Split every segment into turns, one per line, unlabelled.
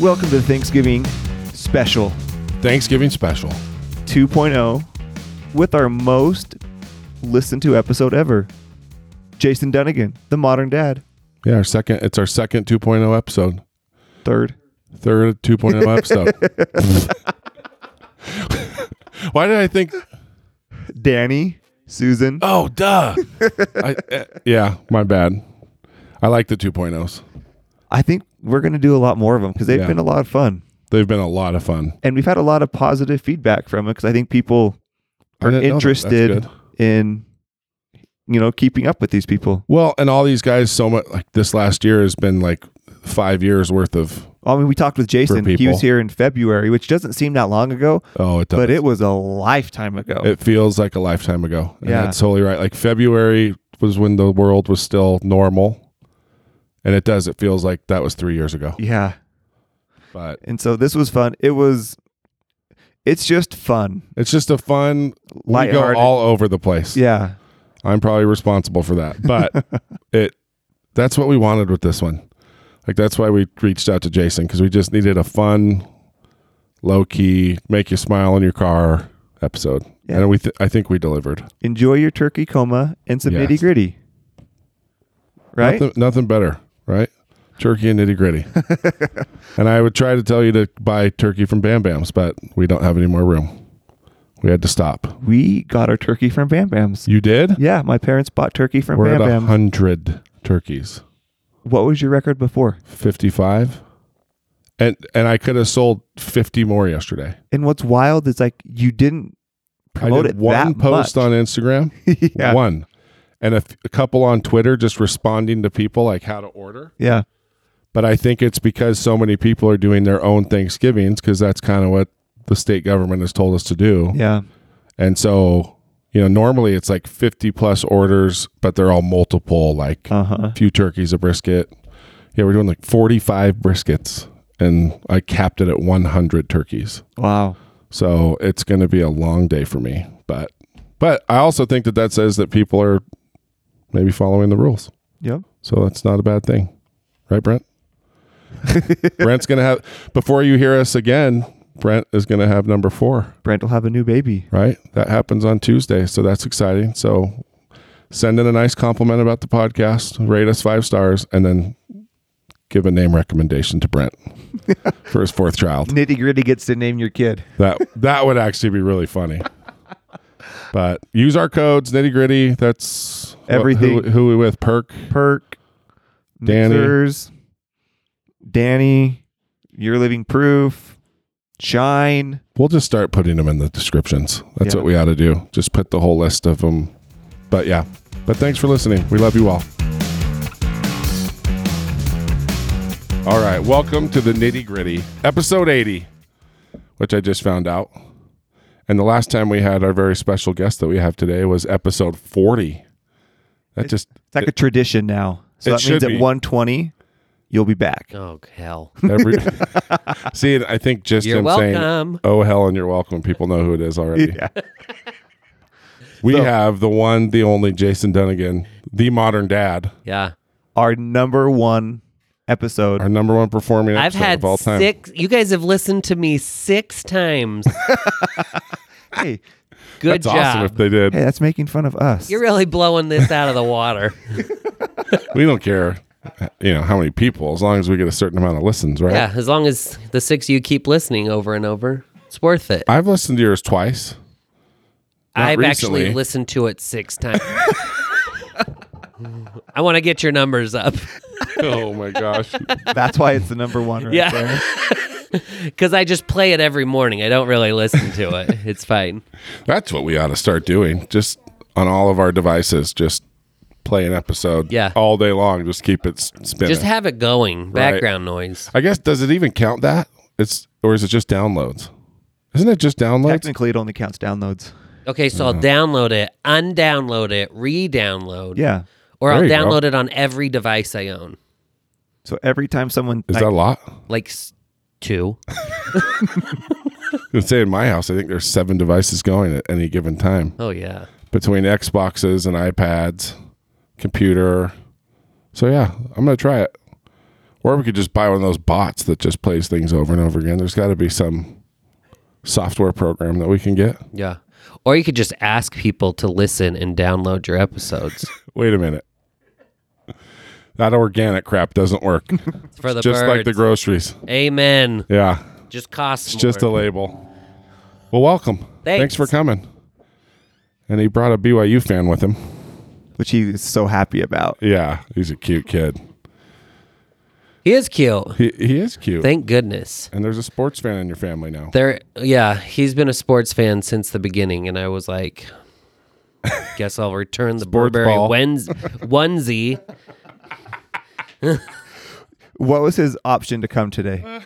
welcome to the Thanksgiving special
Thanksgiving special.
2.0 with our most listened to episode ever. Jason Dunnigan, the modern dad.
Yeah, our second. It's our second 2.0 episode.
Third.
Third 2.0 episode. Why did I think?
Danny, Susan.
Oh, duh. I, eh, yeah, my bad. I like the 2.0s.
I think we're going to do a lot more of them because they've
Yeah.
been a lot of fun.
They've been a lot of fun.
And we've had a lot of positive feedback from it because I think people
I
are
didn't know that. That's
interested
good.
in, you know, keeping up with these people.
Well, and all these guys, so much like this last year has been like five years worth of.
I mean, we talked with Jason. He
people.
was here in February, which doesn't seem that long ago,
Oh, it does.
but it was a lifetime ago.
It feels like a lifetime ago. And
Yeah.
that's totally right. Like February was when the world was still normal. And it does. It feels like that was three years ago.
yeah.
But
And so this was fun. It was, it's just fun.
it's just a fun we go
Lighthearted.
all over the place.
Yeah.
I'm probably responsible for that. But it that's what we wanted with this one. Like that's why we reached out to Jason because we just needed a fun, low key, make you smile in your car episode.
Yeah.
And we th- I think we delivered.
Enjoy your turkey coma and some
Yes.
nitty gritty. Right?
Nothing, nothing better, right? Turkey and nitty gritty. and I would try to tell you to buy turkey from Bam Bams, but we don't have any more room. We had to stop.
We got our turkey from Bam Bam's.
You did?
Yeah, my parents bought turkey from
We're
Bam
at a
Bam.
hundred turkeys,
What was your record before?
fifty-five, and and I could have sold fifty more yesterday.
And what's wild is like you didn't promote
I did
it
one
that
post
much.
on Instagram,
yeah.
one, and a, f- a couple on Twitter, just responding to people like how to order.
Yeah.
but I think it's because so many people are doing their own Thanksgivings because that's kind of what the state government has told us to do.
Yeah.
And so, you know, normally it's like 50 plus orders, but they're all multiple, like
Uh huh.
a few turkeys, a brisket. Yeah, we're doing like 45 briskets, and I capped it at 100 turkeys.
Wow.
So it's going to be a long day for me. But, but I also think that that says that people are maybe following the rules.
Yep.
So that's not a bad thing. Right, Brent? Brent's going to have, before you hear us again, Brent is going to have number four,
Brent will have a new baby.
right? That happens on Tuesday. So that's exciting. So send in a nice compliment about the podcast, rate us five stars, and then give a name recommendation to Brent for his fourth child.
Nitty gritty gets to name your kid.
That, that would actually be really funny. But use our codes, nitty gritty. That's wh- who-
Everything.
Who, we with? Perk.
Perk.
Danny.
Mixers, Danny. You're living proof. Shine.
We'll just start putting them in the descriptions. That's
Yeah.
what we ought to do. Just put the whole list of them. But yeah. But thanks for listening. We love you all. All right. Welcome to the nitty gritty, episode 80, which I just found out. And the last time we had our very special guest that we have today was episode 40. That just,
It's like a tradition now. So that
it
means
should
at
be.
120, you'll be back.
Oh hell!
every. see, I think just
You're
him saying,
welcome.
oh, hell, and you're welcome. People know who it is already.
Yeah.
We
So-
have the one, the only Jason Dunnigan, the modern dad,
Yeah,
Our number one episode.
our number one performing
I've
episode
had
of all time.
six. You guys have listened to me six times.
Hey,
Good
That's awesome
job.
if they did.
hey, that's making fun of us.
You're really blowing this out of the water.
We don't care, you know, how many people, as long as we get a certain amount of listens, right?
yeah, as long as the six of you keep listening over and over, it's worth it.
I've listened to yours twice. not
I've
recently.
actually listened to it six times. I want to get your numbers up
oh my gosh.
That's why it's the number one right
Yeah.
there.
because I just play it every morning. I don't really listen to it. It's fine.
That's what we ought to start doing. Just on all of our devices, just play an episode
Yeah.
all day long. Just keep it s- spinning.
Just have it going. Background noise.
I guess, does it even count that? It's Or is it just downloads? Isn't it just downloads?
Technically, it only counts downloads.
Okay, so
Uh-huh.
I'll download it, undownload it, re-download.
Yeah.
Or
There
I'll
you go.
download it on every device I own,
So every time someone,
Is
like,
that a lot?
like s- two.
I'd say in my house, I think there's seven devices going at any given time
Oh yeah,
between Xboxes and iPads, computer. So yeah, I'm gonna try it. Or we could just buy one of those bots that just plays things over and over again. There's got to be some software program that we can get.
Yeah. Or you could just ask people to listen and download your episodes
Wait a minute. That organic crap doesn't work.
It's for the
just
birds.
like the groceries.
Amen.
Yeah.
Just costs.
It's just a label. Well, welcome.
Thanks.
for coming. And he brought a BYU fan with him.
which he is so happy about.
Yeah, he's a cute kid.
he is cute.
He, he is cute.
Thank goodness.
and there's a sports fan in your family now.
There. Yeah, he's been a sports fan since the beginning, and I was like, guess I'll return the
Sports
Burberry
ball.
Wenz- onesie.
What was his option to come today?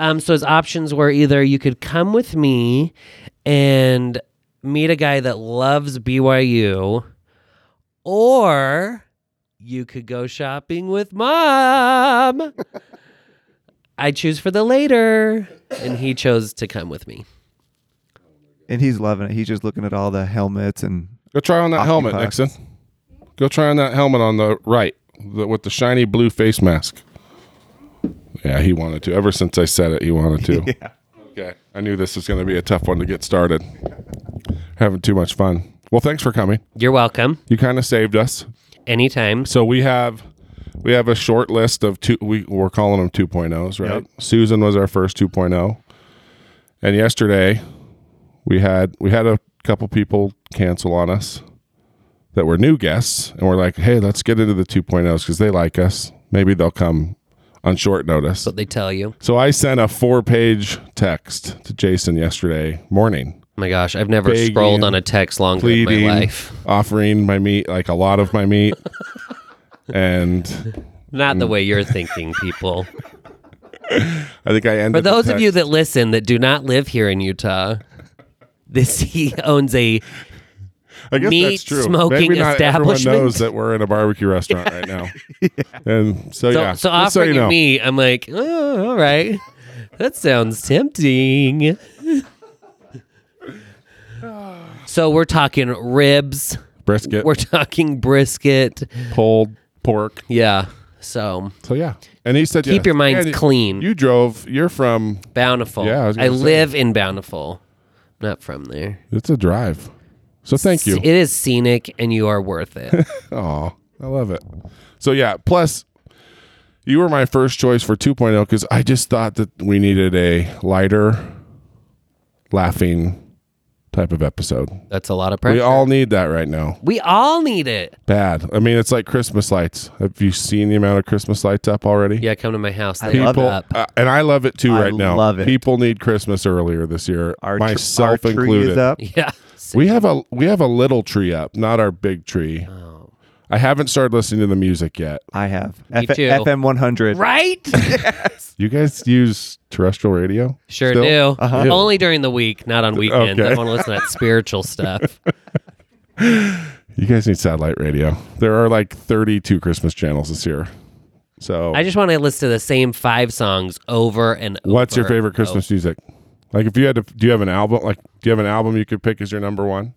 Um, so his options were either you could come with me and meet a guy that loves BYU, or you could go shopping with mom. I choose for the later, and he chose to come with me.
And he's loving it. He's just looking at all the helmets and
Go try on that helmet,
Octopuses.
Nixon. Go try on that helmet on the right the, with the shiny blue face mask. Yeah, he wanted to. Ever since I said it, he wanted to. yeah. Okay. I knew this was going to be a tough one to get started. Having too much fun. Well, thanks for coming.
You're welcome.
You kind of saved us.
Anytime.
So we have we have a short list of two we we're calling them 2.0s, right? Susan was our first 2.0. And yesterday we had we had a couple people cancel on us that were new guests and we're like, "Hey, let's get into the 2.0s cuz they like us. Maybe they'll come on short notice."
What they tell you.
So I sent a four-page text to Jason yesterday morning
Oh my gosh, I've never
Begging,
scrolled on a text longer in
pleading,
my life.
offering my meat, like a lot of my meat. and
Not the way you're thinking, people.
I think I ended.
For those
the
of you that listen that do not live here in Utah, this he owns a
I guess
meat
that's true.
smoking
Maybe not
establishment.
Everyone knows that we're in a barbecue restaurant right now, and so,
so,
yeah.
so
just so
offering
you
it
know,
me, I'm like, oh, all right. That sounds tempting. so we're talking ribs,
brisket,
we're talking brisket.
pulled pork.
Yeah. So
So yeah, and he said,
keep
yes.
your minds
And
clean.
You drove. You're from.
Bountiful.
Yeah, I was
I,
gonna say.
live in Bountiful. I'm not from there.
It's a drive. So thank you.
It is scenic and you are worth it.
Oh, I love it. So yeah. Plus, you were my first choice for 2.0 because I just thought that we needed a lighter, laughing type of episode.
That's a lot of pressure.
We all need that right now.
we all need it.
bad. I mean, it's like Christmas lights. Have you seen the amount of Christmas lights up already?
Yeah, come to my house. They
love
open
it.
People,
up.
uh, and I love it too
I
right now.
love it.
People need Christmas earlier this year,
our tr-
myself
our tree
included.
is up.
Yeah.
We have a we have a little tree up, not our big tree.
Oh.
I haven't started listening to the music yet.
I have
Me too.
FM 100.
Right?
You guys use terrestrial radio?
Sure
Still?
do.
Uh-huh.
Only during the week, not on weekends. I
Okay.
don't want to listen to that spiritual stuff.
You guys need satellite radio. There are like 32 Christmas channels this year. So,
I just want to listen to the same five songs over and over.
what's your
and
favorite Christmas music? Like, if you had to, do you have an album? Like, do you have an album you could pick as your number one?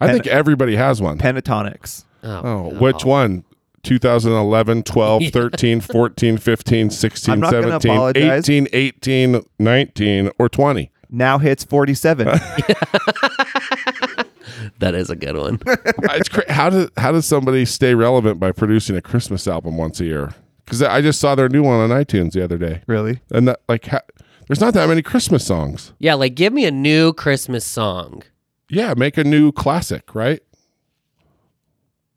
I think everybody has one.
Pentatonics.
over. Oh.
Oh, which one? 2011, 12, 13, 14, 15, 16,
I'm not gonna
17,
apologize.
18, 18, 19, or 20.
Now hits 47.
That is a good one.
it's cra- how does how does somebody stay relevant by producing a Christmas album once a year? Because I just saw their new one on iTunes the other day,
really?
and that like ha- there's not that many Christmas songs.
yeah, like give me a new Christmas song.
Yeah, make a new classic, right?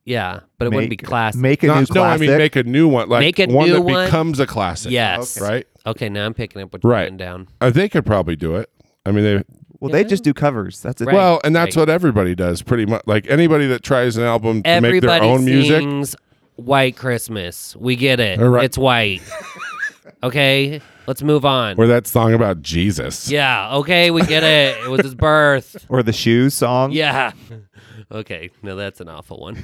Yeah, but it wouldn't be
Make-
classic.
Make a
Not-
new
no, I
classic.
mean make a new one, like
Make a
one
new
that
one.
becomes a classic.
yes.
right.
Okay, now I'm picking up what you're
Right.
putting down.
Uh, they could probably do it. I mean, they
well, they just do covers. That's it.
Right.
Well, and that's
right.
what everybody does pretty much. Like anybody that tries an album to make their
Everybody
own music.
sings White Christmas. We get it.
All right.
It's white. okay, let's move on.
Or that song about Jesus.
Yeah, okay, we get it. It was his birth.
Or the shoes song.
Yeah. Okay, no, that's an awful one.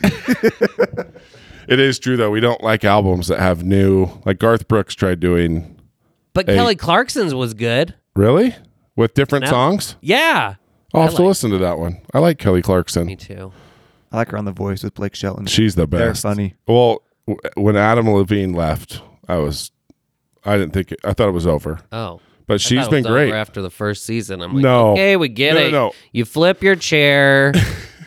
It is true though. We don't like albums that have new like Garth Brooks tried doing
But Kelly Clarkson's was good.
really? With different
Now-
songs?
Yeah.
I'll have to
like-
listen to that one. I like Kelly
Me
Clarkson.
too.
I like her on The Voice with Blake Shelton.
She's the
They're
best.
funny.
Well, w- when Adam Levine left, I was I didn't think it, I thought it was over,
Oh.
but
I
she's
thought it
been
was over
great.
After the first season, I'm like,
No.
okay, we get
No, no,
it.
no.
You flip your chair.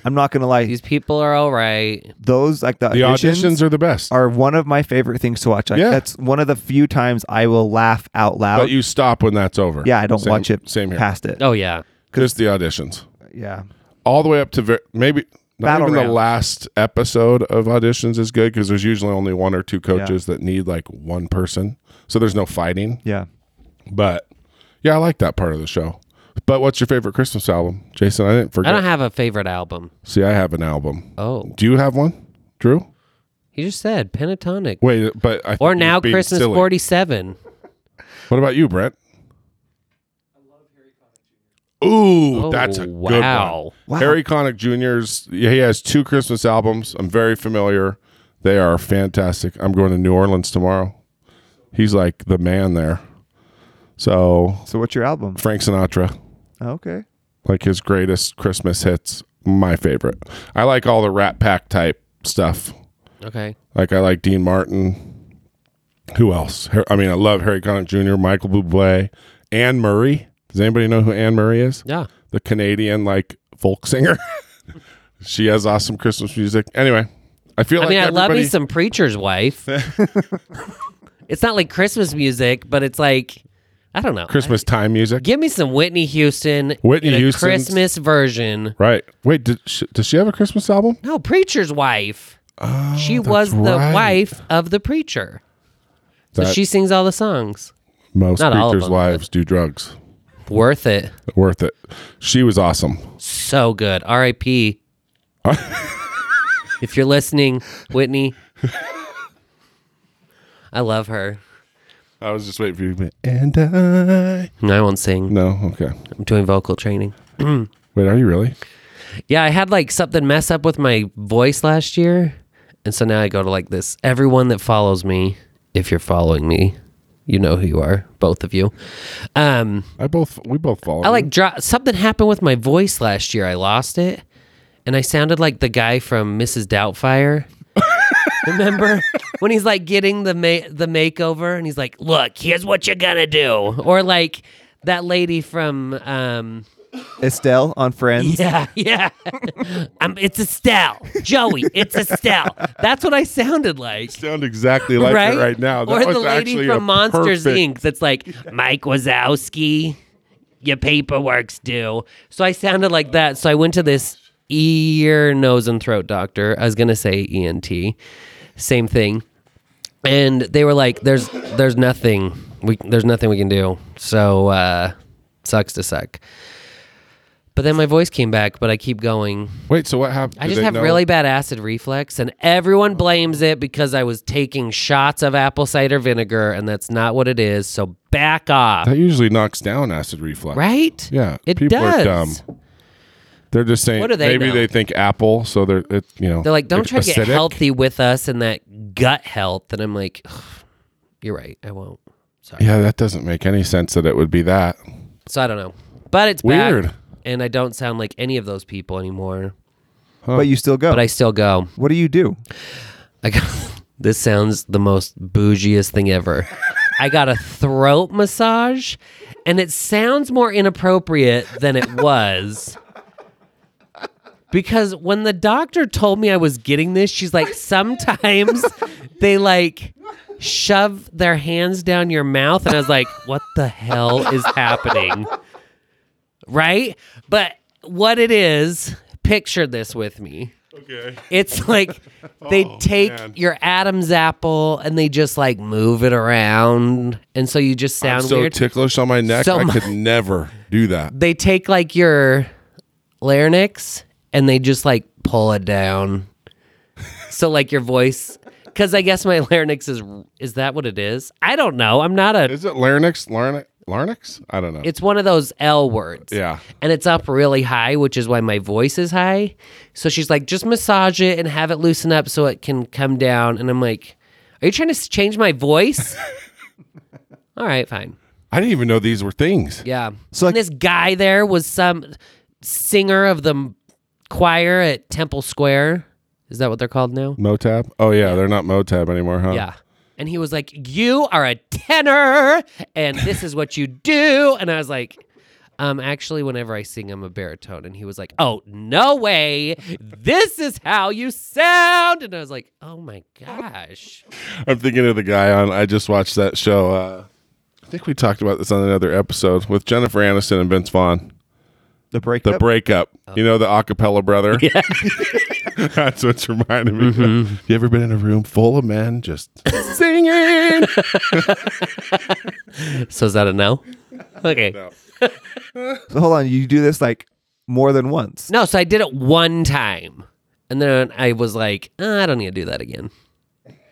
I'm not gonna lie.
These people are all right.
Those like the,
The auditions are the best,
are one of my favorite things to watch. Like,
Yeah.
That's one of the few times I will laugh out
but
loud.
you stop when that's over.
yeah, I don't
Same-
watch it
Same here.
past it.
Oh yeah.
Just the auditions,
Yeah.
all the way up to ver- maybe not
Battle
even the
round.
last episode of auditions is good because there's usually only one or two coaches that need like one person, so there's no fighting.
Yeah.
But yeah, I like that part of the show. But what's your favorite Christmas album, Jason? I didn't
I
forget.
don't have a favorite album.
See, I have an album.
Oh,
Do you have one, Drew?
he just said pentatonic.
Wait, but I think
Or
you're
now
being
Christmas
silly.
47.
What about you, Brett? Ooh,
Oh,
that's a good
wow.
Wow.
one. Harry Connick Jr.'s. yeah, He has two Christmas albums. I'm very familiar. They are fantastic. I'm going to New Orleans tomorrow. He's like the man there. So
So what's your album?
Frank Sinatra,
Okay.
like his greatest Christmas hits, my favorite. I like all the Rat Pack type stuff.
Okay.
Like I like Dean Martin. Who else? Har- I mean, I love Harry Connick Jr., Michael Bublé, Anne Murray. Does anybody know who Anne Murray is?
Yeah.
The Canadian like folk singer. she has awesome Christmas music. Anyway, I feel
I
like
mean, I love
everybody-
me some preacher's wife. it's not like Christmas music, but it's like I don't know.
Christmas time music.
Give me some Whitney Houston.
Whitney
in a
Houston's-
Christmas version.
Right. Wait, did sh- does she have a Christmas album?
No, preacher's wife. she
Oh, that's
was the
right.
wife of the preacher. So
That-
she sings all the songs.
Most
Not all of
preachers'
them,
wives do drugs.
Worth it.
Worth it. She was awesome.
So good. R.I.P. if you're listening, Whitney, I love her.
I was just waiting for you. to be, And I.
No, I won't sing.
No. Okay.
I'm doing vocal training.
Wait. Are you really?
Yeah, I had like something mess up with my voice last year. And so now I go to like this. Everyone that follows me, if you're following me, you know who you are, both of you. Um,
I both. We both follow.
I
you.
like dro- something happened with my voice last year. I lost it, and I sounded like the guy from Mrs. Doubtfire. Remember when he's like getting the ma- the makeover, and he's like, "Look, here's what you're gonna do," or like that lady from um,
Estelle on Friends.
yeah, yeah. um, it's Estelle, Joey. It's Estelle. That's what I sounded like
sound exactly like
right?
it right now. That
or
was
the lady
actually a
from Monsters
perfect-
Inc. That's like Mike Wazowski. Your paperwork's due. So I sounded like that. So I went to this ear, nose, and throat doctor. I was gonna say ENT, same thing. And they were like, "There's, there's nothing. We, there's nothing we can do. So uh, sucks to suck." But then my voice came back, but I keep going.
Wait, so what happened?
I
Did
just
they
have
know-
really bad acid reflux, and everyone blames it because I was taking shots of apple cider vinegar, and that's not what it is. So back off,
That usually knocks down acid reflux.
right?
Yeah.
it
people
does.
are dumb. They're just saying.
What do they
maybe
know?
they think apple, so they're it, you know.
They're like, "Don't try to get
acidic.
healthy with us and that gut health," and I'm like, "Ugh, "You're right, I won't." Sorry.
Yeah, that doesn't make any sense that it would be that.
So I don't know, but it's back,
Weird.
and I don't sound like any of those people anymore.
But you still go.
But I still go.
what do you do?
I got this sounds the most bougiest thing ever. I got a throat massage, and it sounds more inappropriate than it was. Because when the doctor told me I was getting this, she's like, sometimes they like shove their hands down your mouth. And I was like, what the hell is happening? Right? But what it is, picture this with me.
Okay.
It's like they take
Oh, man.
your Adam's apple and they just like move it around, and so you just
I'm
sound
so
weird.
ticklish on my neck.
So
I
my-
could never do that.
they take like your larynx and they just like pull it down, so like your voice. Because I guess my larynx is is that what it is? I don't know. I'm not a.
Is it larynx? Larynx? Larynx? I don't know.
It's one of those L words.
yeah.
and it's up really high, which is why my voice is high. So she's like, just massage it and have it loosen up so it can come down. And I'm like, are you trying to s- change my voice? All right, fine.
I didn't even know these were things.
Yeah.
So,
So
like-
this guy there was some singer of the m- choir at Temple Square. Is that what they're called now?
Motab? Oh yeah, they're not Motab anymore, huh?
Yeah. And he was like, You are a tenor, and this is what you do. And I was like, um, actually, whenever I sing, I'm a baritone. And he was like, Oh, no way. This is how you sound. And I was like, Oh my gosh.
I'm thinking of the guy on. I just watched that show. Uh, I think we talked about this on another episode with Jennifer Aniston and Vince Vaughn.
The
The
breakup.
breakup. You know the acapella brother. Yeah. That's what's reminding me.
Mm-hmm.
of. You ever been in a room full of men just singing?
So is that a no? Okay.
No.
So hold on, you do this like more than once.
No, so I did it one time. And then I was like, "Ah, I don't need to do that again.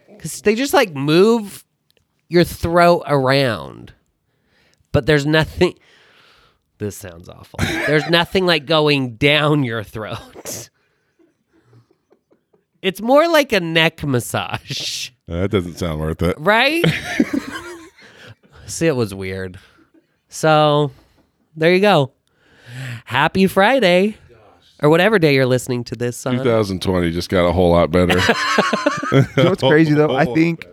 Because they just like move your throat around. But there's nothing. This sounds awful. There's nothing like going down your throat. It's more like a neck massage,
That doesn't sound worth it.
right? See, it was weird. So there you go. Happy Friday. Or whatever day you're listening to this on.
2020 just got a whole lot better.
Uh-huh. You know
Oh
what's crazy though? I think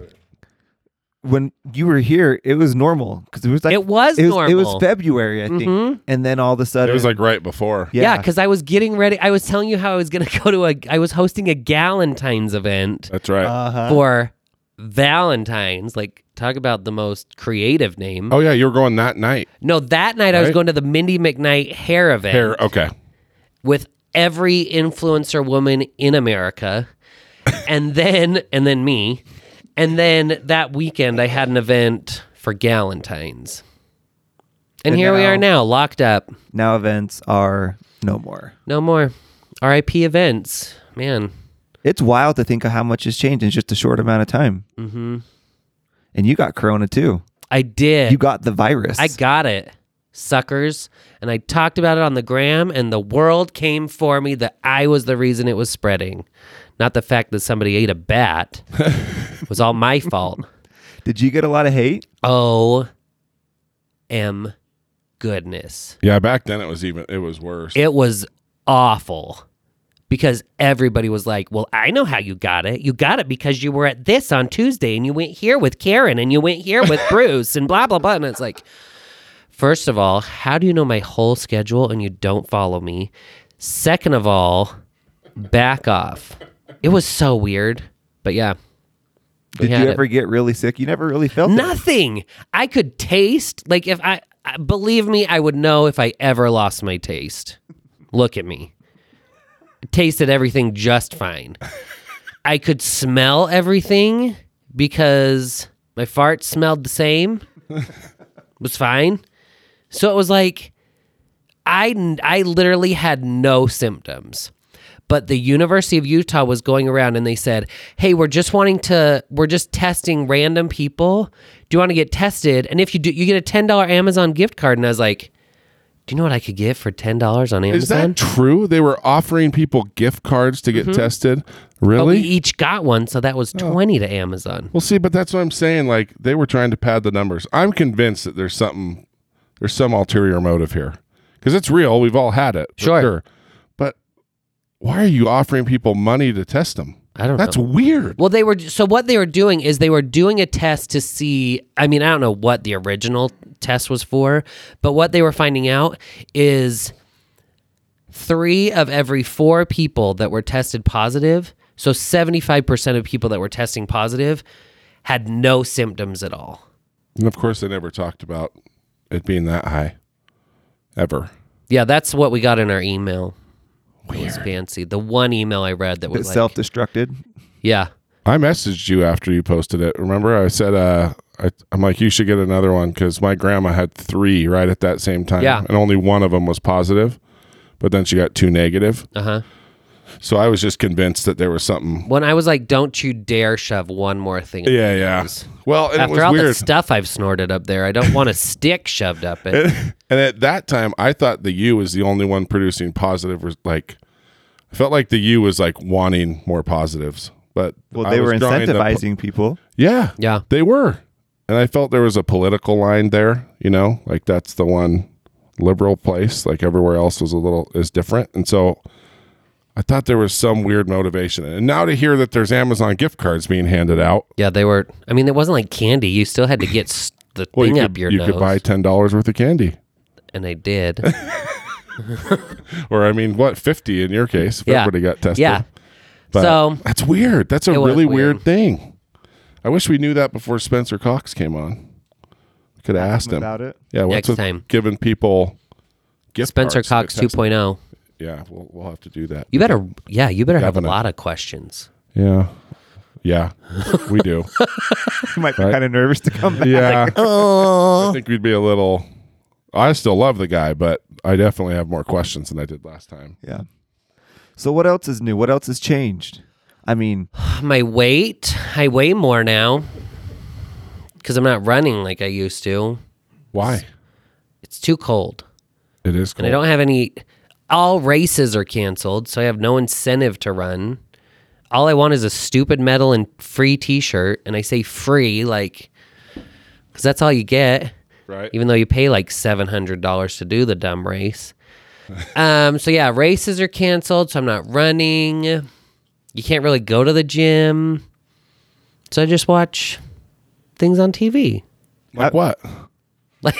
when you were here, it was normal because it was like
It was
it was, It
normal. Mm-hmm.
was February, I think, and then all of a sudden
it was like right before.
Yeah, because I was getting ready. I was telling you how I was going to go to a. I was hosting a Galentine's event
That's right.
uh-huh.
for Valentine's. Like, talk about the most creative name.
oh yeah, you were going that night.
No, that night I was
Right.
going to the Mindy McKnight hair event
Hair. Okay.
with every influencer woman in America, and then and then me, and then that weekend I had an event for Galentine's, and,
And
here we are now, locked up.
now events are no more.
No more. RIP events. Man.
It's wild to think of how much has changed in just a short amount of time. Mm-hmm. And you got Corona too.
I did.
You got the virus.
I got it, suckers. And I talked about it on the gram, and the world came for me that I was the reason it was spreading, not the fact that somebody ate a bat. it was all my fault.
Did you get a lot of hate?
Oh, m goodness.
Yeah, back then it was even it was worse.
It was awful because everybody was like, Well, I know how you got it. You got it because you were at this on Tuesday and you went here with Karen and you went here with Bruce and blah, blah, blah. And it's like, First of all, how do you know my whole schedule and you don't follow me? Second of all, back off. It was so weird. But yeah. we
Did
had
you
it.
ever get really sick? You never really felt it.
Nothing. I could taste. Like if I I- believe me, I would know if I ever lost my taste. Look at me. Tasted everything just fine. I could smell everything because my farts smelled the same. was fine. So it was like I I literally had no symptoms. But the University of Utah was going around and they said, "Hey, we're just wanting to we're just testing random people. Do you want to get tested? And if you do, you get a $10 Amazon gift card." And I was like, "Do you know what I could get for $10 on Amazon?"
Is that true? They were offering people gift cards to get
Mm-hmm.
tested. Really? Oh.
But we
Oh,
each got one, so that was 20 to Amazon.
Well, see, but that's what I'm saying. Like they were trying to pad the numbers. I'm convinced that there's something, there's some ulterior motive here, because it's real. We've all had it, for
Sure.
But why are you offering people money to test them?
I don't
That's
know.
weird.
Well, they were so what they were doing is they were doing a test to see. I mean, I don't know what the original test was for, but what they were finding out is three of every four people that were tested positive. So seventy-five percent of people that were testing positive had no symptoms at all.
And of course, they never talked about it being that high, ever.
Yeah, that's what we got in our email. It was fancy. The one email I read that
It
was like,
self-destructed.
yeah,
I messaged you after you posted it. Remember, I said, uh, I, I'm like, you should get another one because my grandma had three right at that same time,
Yeah.
and only one of them was positive, but then she got two negative.
uh huh.
So I was just convinced that there was something.
When I was like, "Don't you dare shove one more thing." in
Yeah, yeah. Well, and it
After
was
all the
weird.
stuff I've snorted up there, I don't want a stick shoved up it.
and at that time, I thought the U was the only one producing positive. res- Like, I felt like the U was like wanting more positives, but
Well,
I
they
was
were
drawing the po-
incentivizing people.
yeah,
Yeah.
they were, and I felt there was a political line there. You know, like that's the one liberal place. Like everywhere else was a little is different, and so I thought there was some weird motivation. And now to hear that there's Amazon gift cards being handed out,
Yeah, they were. I mean, it wasn't like candy. You still had to get s- the
well,
thing
you,
up
could,
your
you
nose,
could buy ten dollars worth of candy,
and I did.
or I mean, what fifty in your case? If
Yeah.
everybody got tested.
yeah.
But
so
that's weird. That's a
It was
really
weird.
weird. thing. I wish we knew that before Spencer Cox came on. Could have asked him.
Without it.
Yeah, what's
Next
with
time.
giving people gift
Spencer
cards to
Cox
test-
2.0.
Yeah, we'll, we'll have to do that.
You better. Yeah, you better have a
Governor.
lot of questions.
Yeah, yeah, we do.
You might be kind of nervous to come back.
Yeah, I think we'd be a little. I still love the guy, but I definitely have more questions than I did last time.
Yeah. So what else is new? What else has changed? I mean,
My weight. I weigh more now because I'm not running like I used to.
Why?
It's too cold,
It is cool.
and I don't have any. All races are canceled, so I have no incentive to run. All I want is a stupid medal and free T-shirt, and I say free like because that's all you get.
right.
even though you pay like $700 to do the dumb race. um, so yeah, races are canceled, so I'm not running. You can't really go to the gym. So I just watch things on TV.
like what?
Like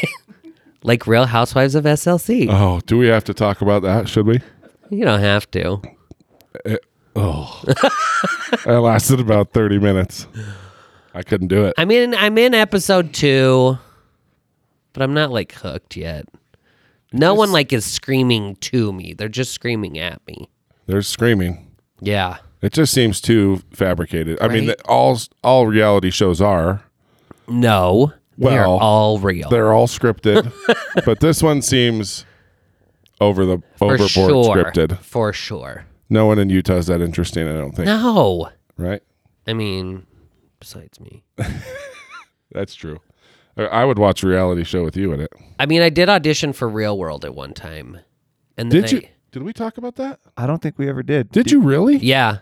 like Real Housewives of SLC.
Oh, do we have to talk about that? Should we?
you don't have to.
I lasted about thirty minutes. I couldn't do it.
I mean, I'm in episode 2, but I'm not like hooked yet. No one like is screaming to me. They're just screaming at me.
There's screaming.
Yeah.
It just seems too fabricated. I mean,
Right?
the- all all reality shows are.
No. they're
Well,
all real.
They're all scripted, but this one seems over the overboard scripted.
For sure.
No one in Utah is that interesting. I don't think.
No.
Right.
I mean, besides me.
That's true. I- I would watch a reality show with you in it.
I mean, I did audition for Real World at one time. And then
Did
I-
you? Did we talk about that?
I don't think we ever did.
Did you really?
Yeah.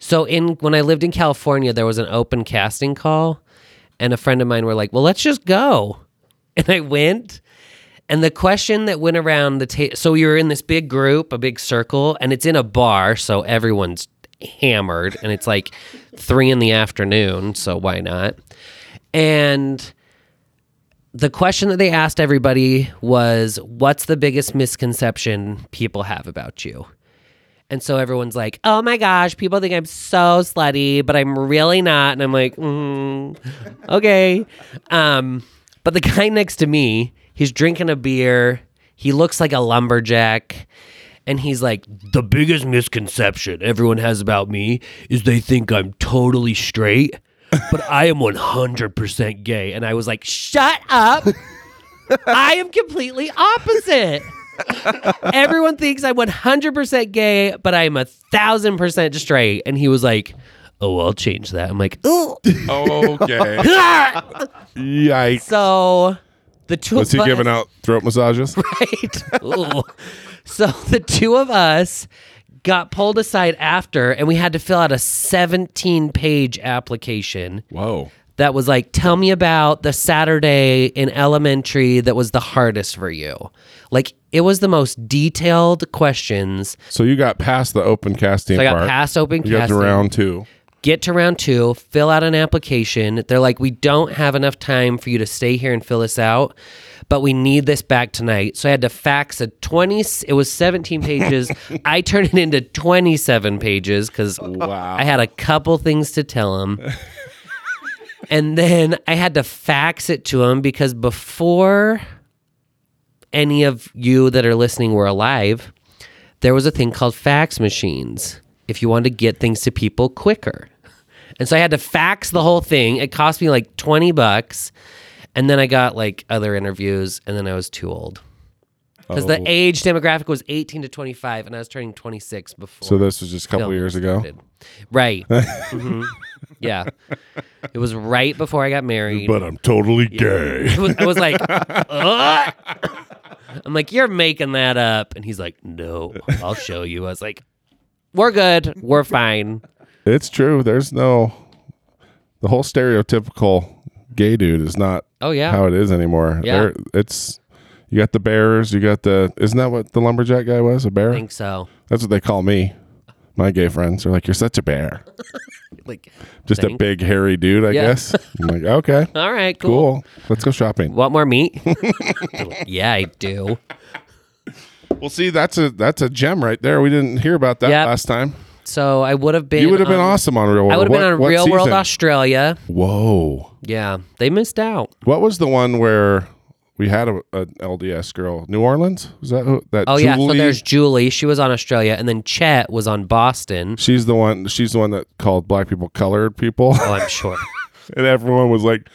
So in when I lived in California, there was an open casting call and a friend of mine were like, "Well, let's just go." And I went. And the question that went around the table, so you're in this big group, a big circle, and it's in a bar, so everyone's hammered, and it's like three in the afternoon, so why not? And the question that they asked everybody was, What's the biggest misconception people have about you? And so everyone's like, oh my gosh, people think I'm so slutty, but I'm really not. And I'm like, mm, okay. Um, but the guy next to me, he's drinking a beer. He looks like a lumberjack. And he's like, the biggest misconception everyone has about me is they think I'm totally straight, but I am 100% gay. And I was like, shut up. I am completely opposite. Everyone thinks I'm 100% gay, but I'm a thousand percent straight. And he was like, "Oh, I'll change that." I'm like, "Ooh."
Okay. Yikes.
so the two
Was
of
he
us,
giving out throat massages?
right? Ooh. so the two of us got pulled aside after, and we had to fill out a 17 page application
Whoa.
that was like, tell me about the Saturday in elementary that was the hardest for you. Like, it was the most detailed questions.
So you got past the open casting
So I got
part.
past open
you got to
casting.
round two.
get to round two, fill out an application. They're like, we don't have enough time for you to stay here and fill this out, but we need this back tonight. So I had to fax a 20, it was 17 pages. I turned it into 27 pages because
Wow.
I had a couple things to tell them. and then I had to fax it to them because before any of you that are listening were alive, there was a thing called fax machines if you wanted to get things to people quicker. And so I had to fax the whole thing. It cost me like 20 bucks. And then I got like other interviews, and then I was too old. Because the
Oh.
age demographic was 18 to 25, and I was turning 26 before.
So this was just a couple
Film
years ago.
started. Right. Mhm. Yeah. It was right before I got married.
But I'm totally gay.
It was- I was like, "Ugh." I'm like, you're making that up. And he's like, no, I'll show you. I was like, we're good. We're fine.
It's true. There's no the whole stereotypical gay dude is not
Oh, yeah.
how it is anymore.
Yeah.
There it's you got the bearers, you got the isn't that what the lumberjack guy was? A bear?
I think so.
That's what they call me. My gay friends are like, "You're such a bear."
Like,
Just a
Thanks.
big hairy dude, I
Yeah.
guess. I'm like, okay,
all right, cool.
cool. Let's go shopping.
Want more meat? yeah, I do.
Well, see, that's a that's a gem right there. We didn't hear about that
Yep.
last time.
So I would have been.
You would have been
on-
awesome on Real World.
I would have been
What-
on
what
Real World
season?
Australia.
Whoa.
Yeah, they missed out.
What was the one where we had a, an LDS girl? New Orleans was that? Who, that
Oh
Julie?
yeah, so there's Julie. She was on Australia, and then Chet was on Boston.
she's the one. She's the one that called black people colored people,
Oh, I'm sure.
and everyone was like,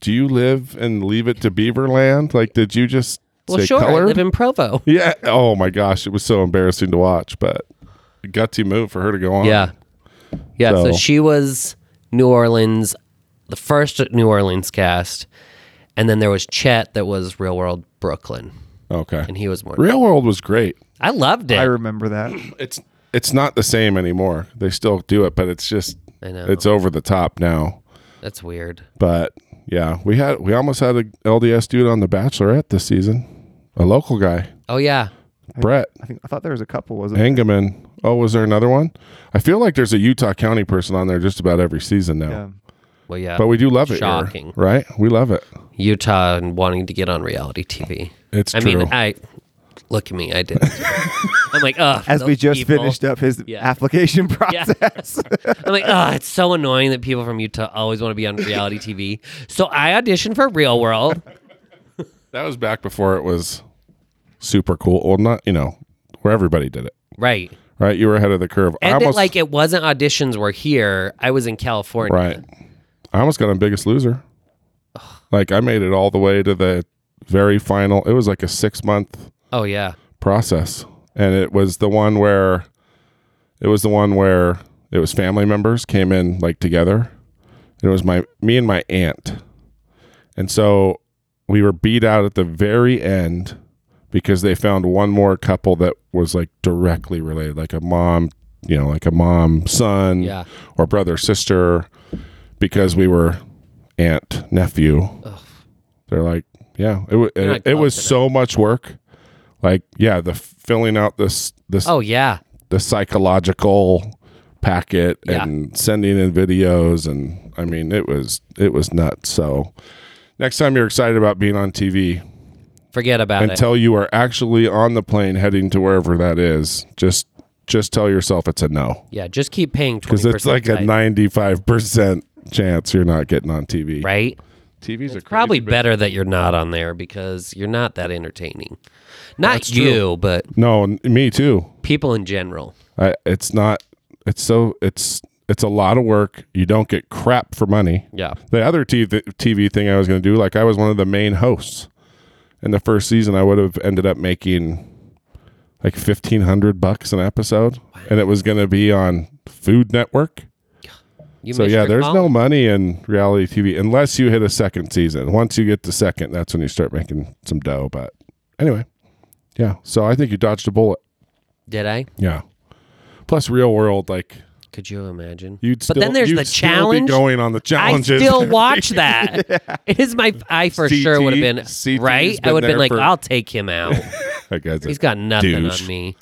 "Do you live and leave it to Beaverland? Like, did you just
well,
say
sure. I
colored?"
live in Provo.
yeah. Oh my gosh, it was so embarrassing to watch, but a gutsy move for her to go on.
Yeah, yeah. So.
So-
she was New Orleans, the first New Orleans cast, and then there was Chet that was Real World Brooklyn,
Okay.
and he was more.
Real World was great.
I loved it.
I
I,
remember that.
It's it's not the same anymore. They still do it, but it's just
know
it's over the top now.
that's weird.
But yeah, we had we almost had a LDS dude on The Bachelorette this season, a local guy,
Oh yeah,
Brett
I think I thought there was a couple, wasn't
Engeman. Oh, was there another one? I feel like there's a Utah County person on there just about every season now.
Yeah.
well yeah.
But we do love it, here,
Shocking.
right? We love it.
Utah and wanting to get on reality TV.
It's
I
true.
mean, I look at me. I did. I'm like, oh,
As we just finished up his
Yeah.
application
Yeah.
process.
I'm like, oh, it's so annoying that people from Utah always want to be on reality TV. So I auditioned for Real World.
that was back before it was super cool. Well, not you know where everybody did it,
Right.
right? You were ahead of the curve.
And it, like it wasn't auditions were here. I was in California.
Right. I almost got on Biggest Loser. Like I made it all the way to the very final. It was like a six month
Oh yeah.
process, and it was the one where it was the one where it was family members came in like together. It was my me and my aunt, and so we were beat out at the very end because they found one more couple that was like directly related, like a mom, you know, like a mom son
Yeah.
or brother sister because we were aunt nephew they're like yeah it, wa-
not
it, it was
confident.
so much work like yeah the f- filling out this this
Oh yeah.
the psychological packet
Yeah.
and sending in videos and i mean it was it was nuts so next time you're excited about being on tv
Forget about it.
until you are actually on the plane heading to wherever that is just just tell yourself it's a no
Yeah. Just keep paying twenty
because
percent.
it's like a 95% chance you're not getting on TV.
right.
TV's are
Probably better that you're not on there because you're not that entertaining. Not you, but
No, n- me too.
people in general.
I, it's not it's so it's it's a lot of work. You don't get crap for money.
Yeah.
The other TV, TV thing I was going to do like I was one of the main hosts. In the first season I would have ended up making like 1500 bucks an episode and it was going to be on Food Network.
You
So
missed
yeah,
your
there's
call.
no money in reality TV unless you hit a second season. Once you get to second, that's when you start making some dough. But anyway, yeah. So I think you dodged a bullet.
Did I?
Yeah. Plus, real world, like
Could you imagine?
you'd. Still,
but then there's
you'd
the
still be
challenge.
going on the
I
challenges.
still watch that. It is my. I for
CT
sure would have been
CT 's
right. I
been
would have been
there
like,
for-
I'll take him out.
That guy's a-
He's got nothing
Douche.
on me.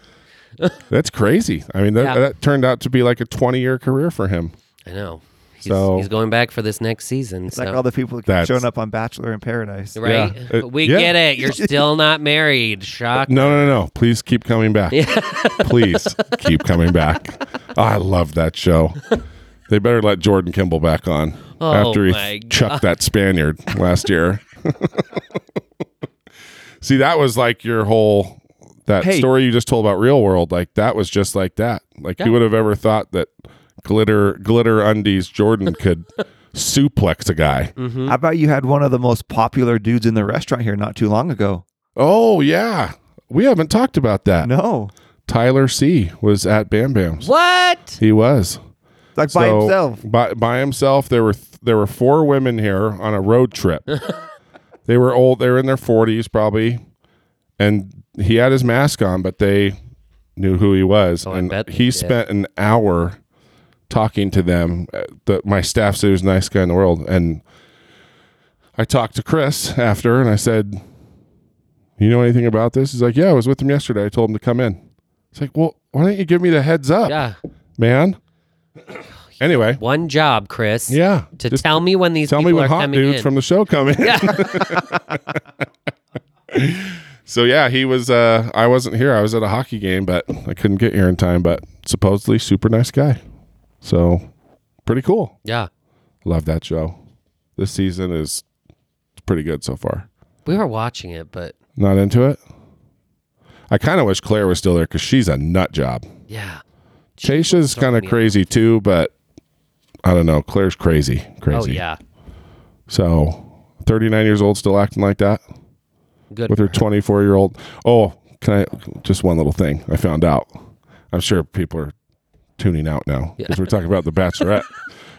that's crazy. I mean, that,
Yeah.
that turned out to be like a 20 year career for him.
I know. He's,
So-
he's going back for this next season.
It's like
so-
all the people that keep
That's-
showing up on Bachelor in Paradise.
right?
Yeah. Uh,
we
yeah.
get it. You're still not married. Shock.
No, no, no, no. Please keep coming back. Please keep coming back. I love that show. They better let Jordan Kimball back on
Oh,
after he
my
chucked that Spaniard last year. See, that was like your whole that
Hey.
story you just told about real world. Like that was just like that. Like who would have ever thought that glitter glitter undies Jordan could suplex a guy?
How about you had one of the most popular dudes in the restaurant here not too long ago?
Oh yeah, we haven't talked about that.
No.
Tyler C was at Bam Bam's.
What?
He was
Like by
So,
himself.
By, by himself, there were th- there were four women here on a road trip. they were old; they were in their forties probably, and he had his mask on, but they knew who he was.
Oh, I
and
bet they
he
did.
spent an hour talking to them. Uh, The, my staff said he was the nice guy in the world, and I talked to Chris after, and I said, "You know anything about this?" He's like, "Yeah, I was with him yesterday. I told him to come in." I It's like, well, why don't you give me the heads up,
Yeah.
man? anyway,
One job, Chris.
yeah.
To
Just
tell me when these
tell
people
me when
are
hot
coming
dudes
in.
from the show come in.
yeah.
So yeah, he was. Uh, I wasn't here. I was at a hockey game, but I couldn't get here in time. But supposedly, super nice guy. So pretty cool.
yeah.
Love that show. This season is pretty good so far.
We were watching it, but
Not into it. I kind of wish Claire was still there because she's a nut job.
yeah. Oh,
Tasha's kind of
me.
crazy too, but I don't know. Claire's crazy,
Oh
crazy.
yeah.
So, 39 years old, still acting like that
Good.
with her 24 year old. Oh, can I just one little thing I found out? I'm sure people are tuning out now because we're talking about The Bachelorette.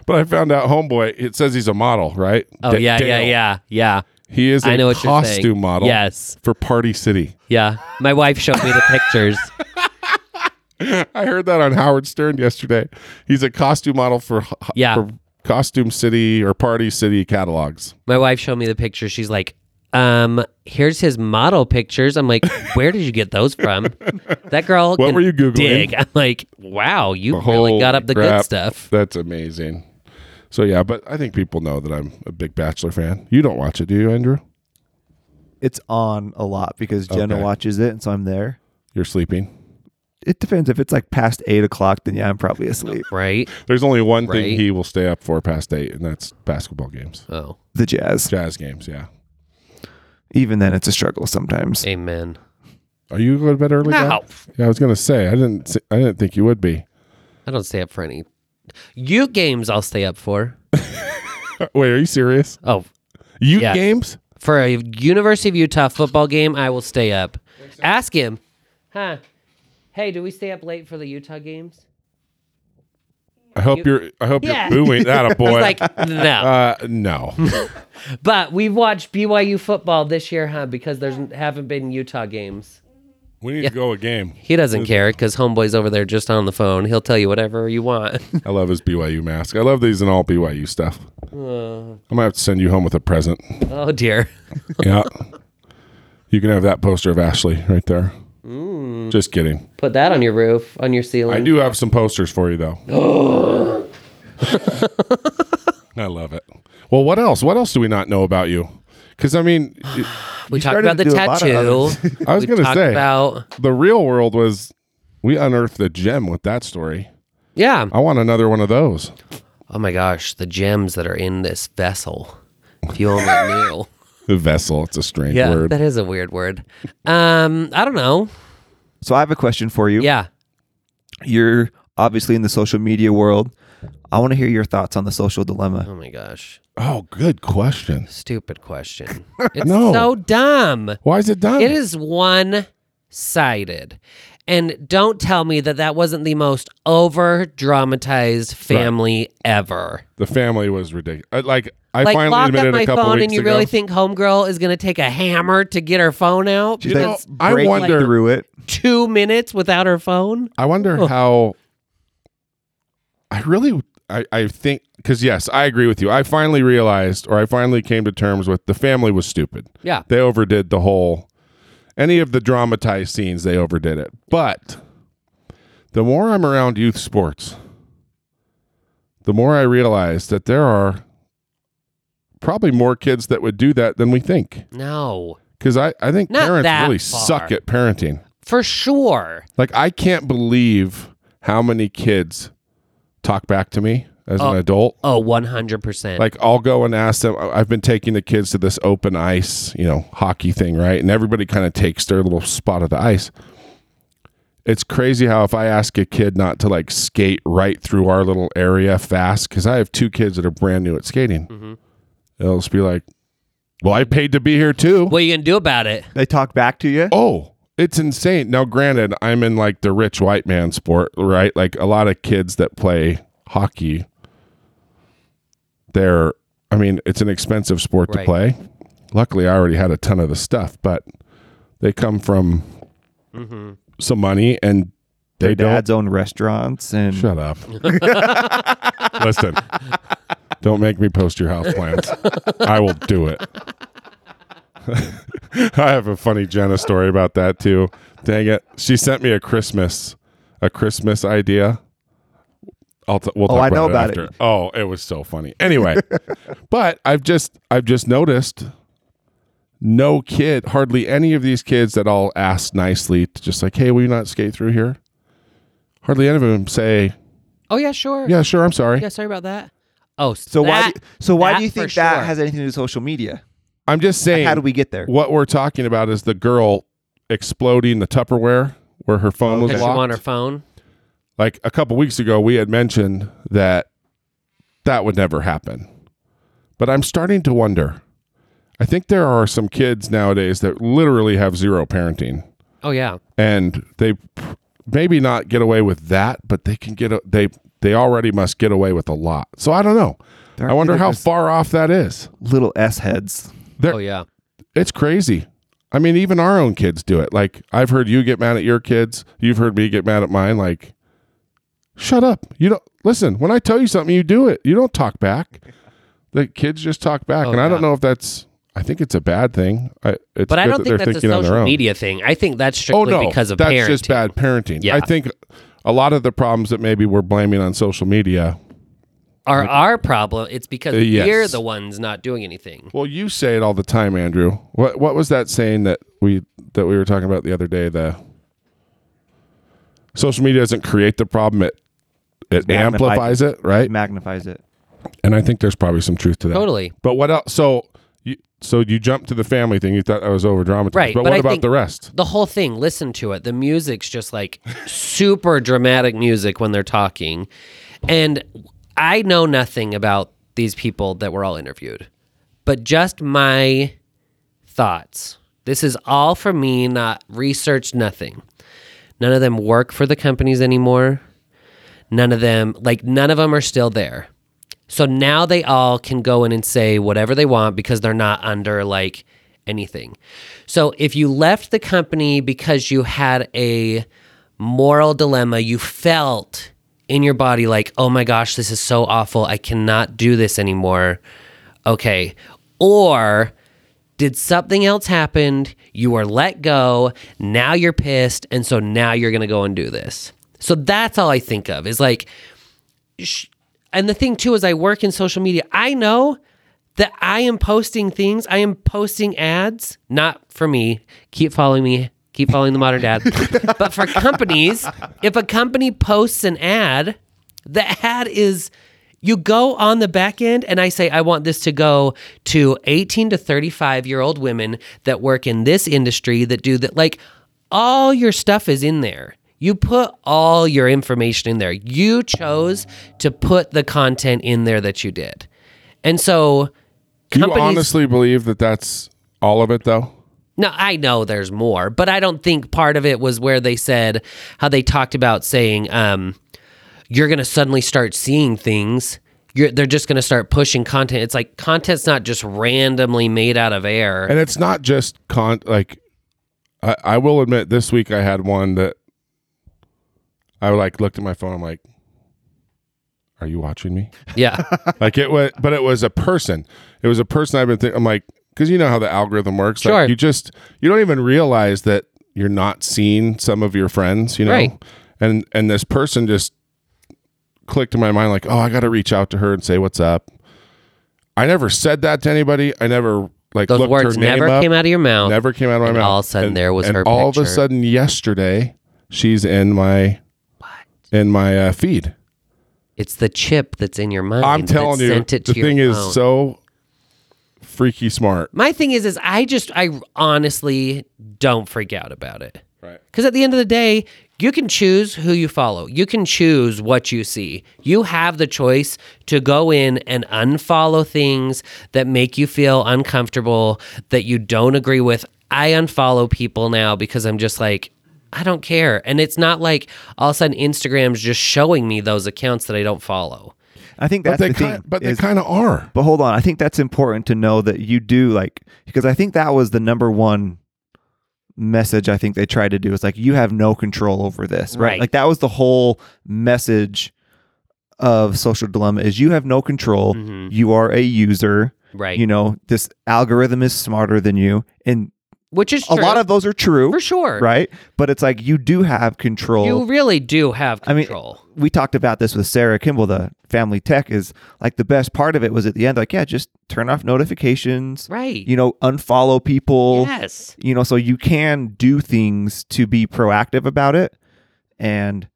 but I found out, homeboy, it says he's a model, right?
oh
Da-
yeah, yeah,
Dale.
yeah, yeah.
He is a
I know what you're saying.
costume model
Yes.
for Party City.
Yeah. My wife showed me the pictures.
I heard that on Howard Stern yesterday. He's a costume model for,
Yeah.
for Costume City or Party City catalogs.
My wife showed me the pictures. She's like, um, here's his model pictures. I'm like, where did you get those from? That girl
What
can
were you Googling?
dig. I'm like, wow, you
Holy
really got up the
crap.
good stuff.
That's amazing. So yeah, but I think people know that I'm a big Bachelor fan. You don't watch it, do you, Andrew?
It's on a lot because Jenna
Okay.
watches it, and so I'm there.
You're sleeping.
It depends. If it's like past eight o'clock, then yeah, I'm probably asleep.
Right?
There's only one thing
Right.
he will stay up for past eight, and that's basketball games,
Oh.
The jazz.
jazz games. Yeah.
Even then, it's a struggle sometimes.
Amen.
Are you going to bed early?
No.
Dad? Yeah, I was gonna say I didn't. s- I didn't think you would be.
I don't stay up for any you games I'll stay up for.
Uh, Wait, are you serious?
Oh,
You
Yes.
games?
for a University of Utah football game, I will stay up. Ask him, huh? Hey, do we stay up late for the Utah games?
I hope you, are I hope
Yeah.
you're booing that a boy.
Like, no.
uh, no.
But we've watched BYU football this year, huh? Because there's haven't been Utah games.
we need to go a game.
He doesn't care because homeboy's over there just on the phone. He'll tell you whatever you want.
I love his BYU mask. I love these and all BYU stuff.
Uh.
I'm gonna have to send you home with a present.
oh dear.
yeah. You can have that poster of Ashley right there.
Mm.
Just kidding.
Put that on your roof, on your ceiling.
I do have some posters for you though. I love it. Well, what else? What else do we not know about you? Because I mean,
we talked
started
about the
to do a lot
tattoo.
of
I was
we
gonna
talked
say
about
the real world was we unearthed the gem with that story.
yeah.
I want another one of those.
Oh my gosh, the gems that are in this vessel. If you only knew.
The vessel. It's a strange
Yeah,
word.
that is a weird word. Um, I don't know.
So I have a question for you.
Yeah,
You're obviously in the social media world. I want to hear your thoughts on the social dilemma.
Oh my gosh.
Oh, good question.
Stupid question. It's
No.
so dumb.
Why is it done?
It is one sided. And don't tell me that that wasn't the most over dramatized family ever.
The family was ridiculous. Like I
Like,
finally
lock up
admitted
my
a couple
phone,
weeks
and you
ago.
really think Homegirl is going to take a hammer to get her phone out?
She's
You
like,
know, I
break
wonder-
through it.
Two minutes without her phone?
I wonder how. I really, I, I think, because yes, I agree with you. I finally realized, or I finally came to terms with the family was stupid.
Yeah.
They overdid the whole, any of the dramatized scenes, they overdid it. But the more I'm around youth sports, the more I realize that there are probably more kids that would do that than we think.
No.
Because I, I think
Not
parents
that
really
far.
suck at parenting.
For sure.
Like I can't believe how many kids talk back to me as an adult.
Oh, 100%.
Like I'll go and ask them. I- I've been taking the kids to this open ice, you know, hockey thing, right? And everybody kind of takes their little spot of the ice. It's crazy how if I ask a kid not to like skate right through our little area fast, because I have two kids that are brand new at skating, it'll just be like, "Well, I paid to be here too."
what are you going to do about it?
They talk back to you.
Oh, it's insane. Now, granted, I'm in like the rich white man sport, right? Like a lot of kids that play hockey, they're, I mean, it's an expensive sport to
Right.
play. Luckily, I already had a ton of the stuff, but they come from some money and
Their
they don't.
dad's own restaurants and
Shut up. Listen, don't make me post your house plans. I will do it. I have a funny Jenna story about that too. Dang it. She sent me a Christmas, a Christmas idea. I'll t- we'll
Oh,
talk
I know about
after.
it.
Oh, it was so funny. Anyway, but I've just I've just noticed no kid, hardly any of these kids that all ask nicely to just like, hey, will you not skate through here? Hardly any of them say,
Oh yeah, sure.
yeah, sure, I'm sorry.
Yeah, sorry about that. Oh,
So why? Do, so why
that
do you
for
think that
sure.
has anything to do with social media?
I'm just
Like,
saying.
how do we get there?
What we're talking about is the girl exploding the Tupperware where her phone was
because you
locked.
want her phone?
like a couple weeks ago, we had mentioned that that would never happen. But I'm starting to wonder. I think there are some kids nowadays that literally have zero parenting,
Oh yeah.
and they maybe not get away with that, but they can get a, they they already must get away with a lot. So I don't know.
There
I
are-
wonder how
there's
far off that is.
little s heads.
There-
Oh yeah.
It's crazy. I mean, even our own kids do it. Like I've heard you get mad at your kids. You've heard me get mad at mine. Like, shut up. You don't listen. When I tell you something, you do it. You don't talk back. The kids just talk back,
Oh,
and I
yeah.
don't know if that's. I think it's a bad thing. I, it's
But I
good
don't
that
think
they're
that's a
thinking on their
social
own.
media thing. I think that's
Oh
strictly
no,
because of
that's
parenting.
just bad parenting.
Yeah.
I think a lot of the problems that maybe we're blaming on social media.
Are our problem? It's because
Uh, yes.
we're the ones not doing anything.
Well, you say it all the time, Andrew. What what was that saying that we that we were talking about the other day? The social media doesn't create the problem; it it
magnified.
amplifies it, right?
It magnifies it.
And I think there's probably some truth to that.
Totally.
But what else? So you so you jumped to the family thing. You thought I was over dramatized,
Right,
But,
but
what
I
about
think-
the rest?
The whole thing, listen to it. The music's just like super dramatic music when they're talking. And I know nothing about these people that were all interviewed, but just my thoughts. This is all from me, not research, nothing. None of them work for the companies anymore. None of them, like, none of them are still there. So now they all can go in and say whatever they want because they're not under like anything. So if you left the company because you had a moral dilemma, you felt in your body like, oh my gosh, this is so awful. I cannot do this anymore. Okay. Or did something else happen? You were let go. Now you're pissed. And so now you're going to go and do this. So that's all I think of is like, sh- and the thing too is I work in social media. I know that I am posting things. I am posting ads, not for me. Keep following me. Keep following the modern dad. but for companies, if a company posts an ad, the ad is you go on the back end and I say I want this to go to 18 to 35 year old women that work in this industry that do that like all your stuff is in there. You put all your information in there. You chose to put the content in there that you did. And so
Do you
companies-
honestly believe that that's all of it, though?
no, I know there's more, but I don't think part of it was where they said how they talked about saying um, you're going to suddenly start seeing things. You're, they're just going to start pushing content. It's like content's not just randomly made out of air.
And it's not just con like I, I will admit this week I had one that I like looked at my phone, I'm like, Are you watching me?
Yeah.
like it was but it was a person. It was a person I've been thinking I'm like, because you know how the algorithm works.
Sure.
Like you just you don't even realize that you're not seeing some of your friends, you know?
Right.
And and this person just clicked in my mind like, oh, I gotta reach out to her and say what's up. I never said that to anybody. I never like
Those
looked
words
her name
never
up
came out of your mouth.
never came out of my
And
mouth.
all of a sudden there was
and
her
All of a
picture.
sudden yesterday, she's in my in my uh, feed.
It's the chip that's in your mind.
I'm
that
telling you,
sent it
the
to your
thing is
phone.
so freaky smart.
My thing is, is I just, I honestly don't freak out about it.
Right.
Because at the end of the day, you can choose who you follow. You can choose what you see. You have the choice to go in and unfollow things that make you feel uncomfortable, that you don't agree with. I unfollow people now because I'm just like, I don't care. And it's not like all of a sudden Instagram's just showing me those accounts that I don't follow.
I think
But
that's
they
the
kind,
thing.
but they
is-
kind of are.
But hold on, I think that's important to know that you do like because I think that was the number one message I think they tried to do is like you have no control over this, right?
Right.
Like that was the whole message of social dilemma is you have no control. You are a user.
Mm-hmm. right.
You know, this algorithm is smarter than you. And
Which is
a
true,
lot of those are true,
for sure.
right? But it's like you do have control.
You really do have
I mean,
control.
we talked about this with Sarah Kimball, the family tech is like the best part of it was at the end, like, yeah, just turn off notifications,
right.
you know, unfollow people,
yes.
you know, so you can do things to be proactive about it. And,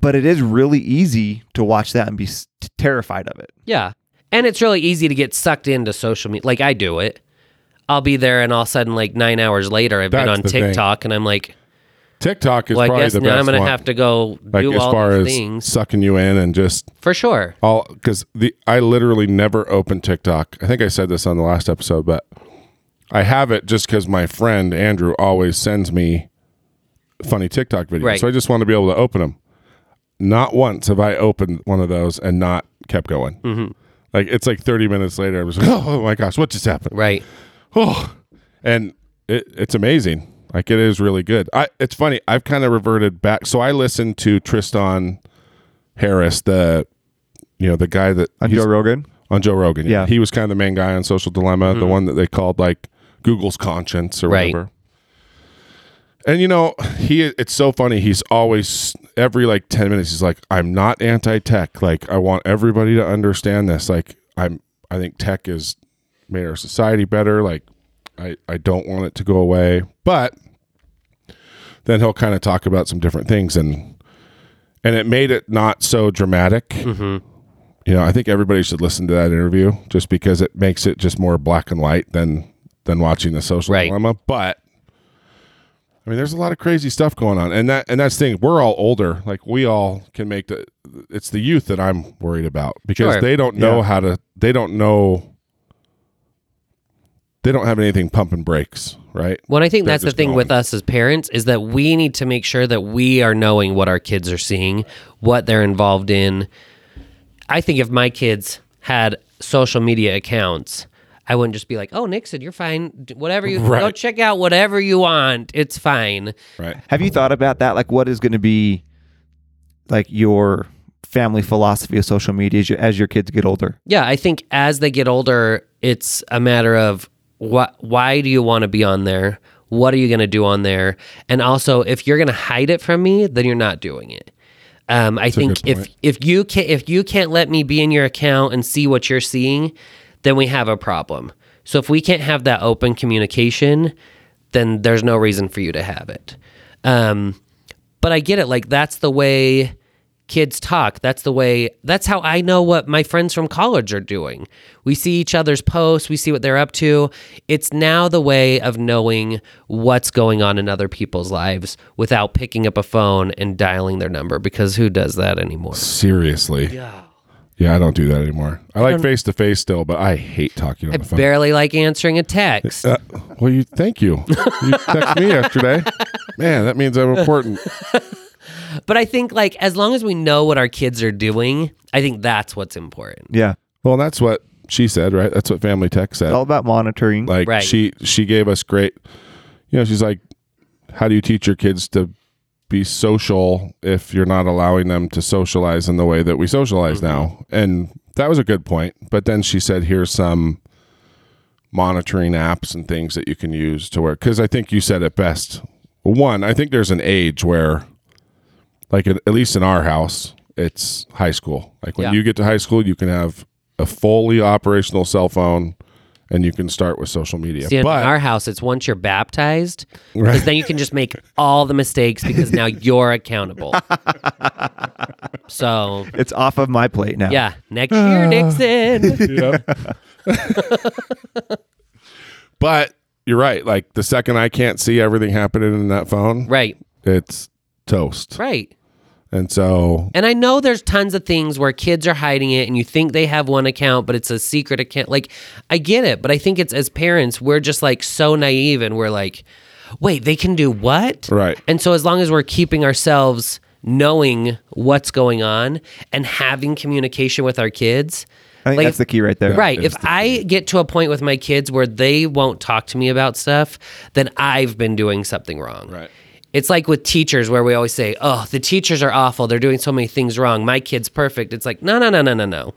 but it is really easy to watch that and be s- terrified of it.
Yeah. And it's really easy to get sucked into social media. Like I do it. I'll be there and all of a sudden like 9 hours later I've been
That's
on
the thing.
TikTok and I'm like,
TikTok is
well, I
probably
guess
the
now
best
I'm going to
one.
have to go
like
do
as
all
far
these
as
things.
sucking you in and just
For sure.
all because the I literally never open TikTok. I think I said this on the last episode, but I have it just because my friend Andrew always sends me funny TikTok videos,
Right.
so I just want to be able to open them. Not once have I opened one of those and not kept going. Like it's like thirty minutes later, I was like, oh, my gosh, what just happened?
Right.
Oh, and it, it's amazing. Like it is really good. I it's funny. I've kind of reverted back. So I listened to Tristan Harris, the you know the guy that
On
he's-
Joe Rogan.
on Joe Rogan.
Yeah. Mm-hmm.
he was kind of the main guy on Social Dilemma, the one that they called like Google's conscience or
Right.
whatever. And you know, he it's so funny. He's always every like 10 minutes he's like I'm not anti-tech. Like I want everybody to understand this. Like I'm I think tech has made our society better. Like I I don't want it to go away. But then he'll kind of talk about some different things and and it made it not so dramatic.
Mm-hmm.
You know, I think everybody should listen to that interview just because it makes it just more black and white than than watching the social
Right.
dilemma. But I mean, there's a lot of crazy stuff going on, and that and that's the thing. We're all older, like we all can make the. It's the youth that I'm worried about because
Sure.
they don't know
Yeah.
how to. They don't know. They don't have anything pump and brakes, right?
Well, I think
They're
that's the
just
thing
going.
with us as parents is that we need to make sure that we are knowing what our kids are seeing, what they're involved in. I think if my kids had social media accounts, I wouldn't just be like, "Oh, Nixon, you're fine. D- Whatever you go
Right.
check out whatever you want. It's fine."
Right.
Have you thought about that? Like, what is going to be like your family philosophy of social media as, you, as your kids get older?
Yeah, I think as they get older, it's a matter of what why do you want to be on there? What are you going to do on there? And also, if you're going to hide it from me, then you're not doing it. Um, I think
good
if
point.
if you can if you can't let me be in your account and see what you're seeing, then we have a problem. So if we can't have that open communication, then there's no reason for you to have it. Um, but I get it. Like that's the way kids talk. That's the way. That's how I know what my friends from college are doing. We see each other's posts. We see what they're up to. It's now the way of knowing what's going on in other people's lives without picking up a phone and dialing their number because who does that anymore?
Seriously.
Yeah.
Yeah, I don't do that anymore. I like face to face still, but I hate talking on the phone.
Barely like answering a text.
Uh, well, you thank you. You text me yesterday. Man, that means I'm important.
But I think like as long as we know what our kids are doing, I think that's what's important.
Yeah.
Well, that's what she said, right? That's what Family Tech said.
It's all about monitoring.
Like
Right.
she she gave us great. You know, she's like, how do you teach your kids to be social if you're not allowing them to socialize in the way that we socialize now? And that was a good point. But then she said, here's some monitoring apps and things that you can use to where because I think you said it best. One, I think there's an age where, like at, at least in our house, it's high school. Like when
Yeah.
you get to high school, you can have a fully operational cell phone, and you can start with social media.
See, in
but
our house, it's once you're baptized, because then you can just make all the mistakes because now you're accountable. so,
it's off of my plate now.
yeah, next year, Nixon.
but you're right. Like the second I can't see everything happening in that phone,
right,
it's toast.
right.
And so
And I know there's tons of things where kids are hiding it and you think they have one account, but it's a secret account. Like, I get it, but I think it's as parents, we're just like so naive and we're like, wait, they can do what?
Right.
And so, as long as we're keeping ourselves knowing what's going on and having communication with our kids,
I think that's the key right there.
Right. If I get to a point with my kids where they won't talk to me about stuff, then I've been doing something wrong.
Right.
It's like with teachers where we always say, "Oh, the teachers are awful. They're doing so many things wrong. My kid's perfect." It's like, "No, no, no, no, no, no.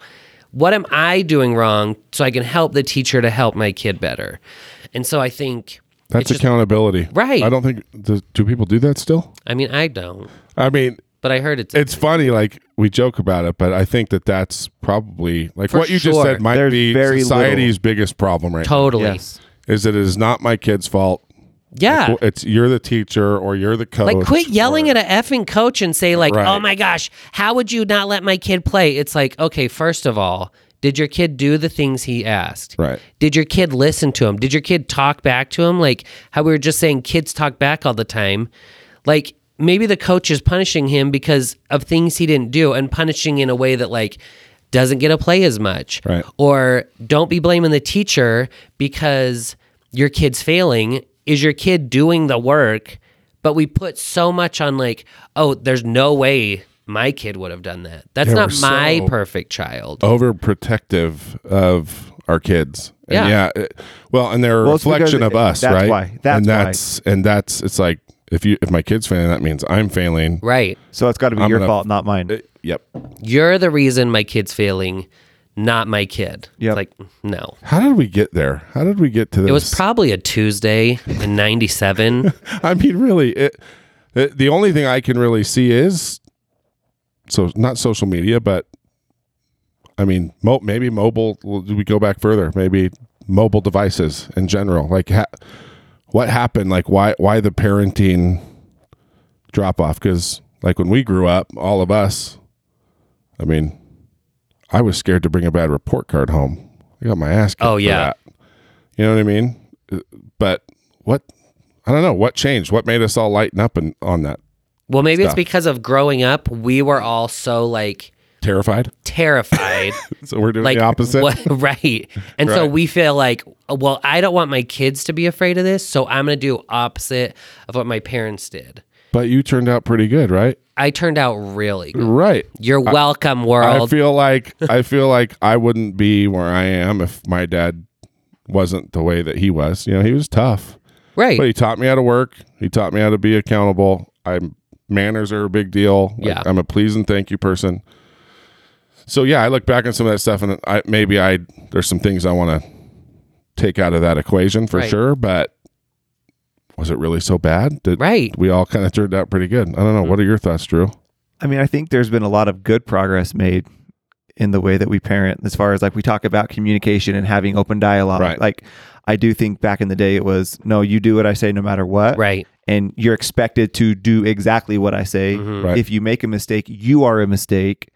what am I doing wrong so I can help the teacher to help my kid better? And so I think,
That's accountability.
Right.
I don't think do, do people do that still?
I mean, I don't,
I mean,
but I heard it's,
it's funny like we joke about it, but I think that that's probably like
For
what you just
sure.
said might
There's
be
very
society's biggest problem right
totally.
Yes.
now, is that it is not my kid's fault.
Yeah.
Well, It's you're the teacher or you're the coach.
Like, quit yelling at an effing coach and say, like,
Right.
oh my gosh, how would you not let my kid play? It's like, okay, first of all, did your kid do the things he asked?
Right.
Did your kid listen to him? Did your kid talk back to him? Like, how we were just saying kids talk back all the time. Like, maybe the coach is punishing him because of things he didn't do and punishing in a way that, like, doesn't get to play as much.
Right.
Or don't be blaming the teacher because your kid's failing. Is your kid doing the work? But we put so much on like, oh, there's no way my kid would have done that. That's
Yeah,
not
we're
my
so-
perfect child.
overprotective of our kids. And
Yeah.
yeah. it- well, and they're a
Well, it's
reflection
because
of us,
that's
right?
why- that's
and
why.
that's and that's it's like if you if my kid's failing, that means I'm failing.
Right.
So it's got to be
I'm
your
gonna-
fault, not mine.
Yep.
You're the reason my kid's failing, not my kid.
Yep.
Like, no.
How did we get there? How did we get to this?
It was probably a Tuesday in 97.
I mean, really, it, it, the only thing I can really see is so not social media, but I mean, mo- maybe mobile. well, We go back further. Maybe mobile devices in general. Like, ha- what happened? Like, why why the parenting drop off? Because like when we grew up, all of us. I mean, I was scared to bring a bad report card home. I got my ass kicked.
Oh,
for
yeah.
that. You know what I mean? Uh, But what I don't know what changed. What made us all lighten up and on that?
well, maybe it's because of growing up, we were all so like
Terrified.
terrified.
So we're doing
like
the opposite.
what- right. And so
Right.
we feel like, well, I don't want my kids to be afraid of this. So I'm going to do opposite of what my parents did.
But you turned out pretty good, right?
I turned out really good.
Right.
You're welcome,
I
world.
feel like I feel like I wouldn't be where I am if my dad wasn't the way that he was. You know, he was tough,
right.
but he taught me how to work. He taught me how to be accountable. I'm manners are a big deal. Like,
Yeah.
I'm a please and thank you person. So yeah, I look back on some of that stuff, and I maybe I there's some things I want to take out of that equation for
Right.
sure. But was it really so bad? Did,
Right. Mm-hmm.
we all kind of turned out pretty good. I don't know. What are your thoughts, Drew?
I mean, I think there's been a lot of good progress made in the way that we parent as far as like we talk about communication and having open dialogue.
Right.
Like I do think back in the day it was no, you do what I say no matter what.
Right.
And you're expected to do exactly what I say.
Right.
If you make a mistake, you are a mistake.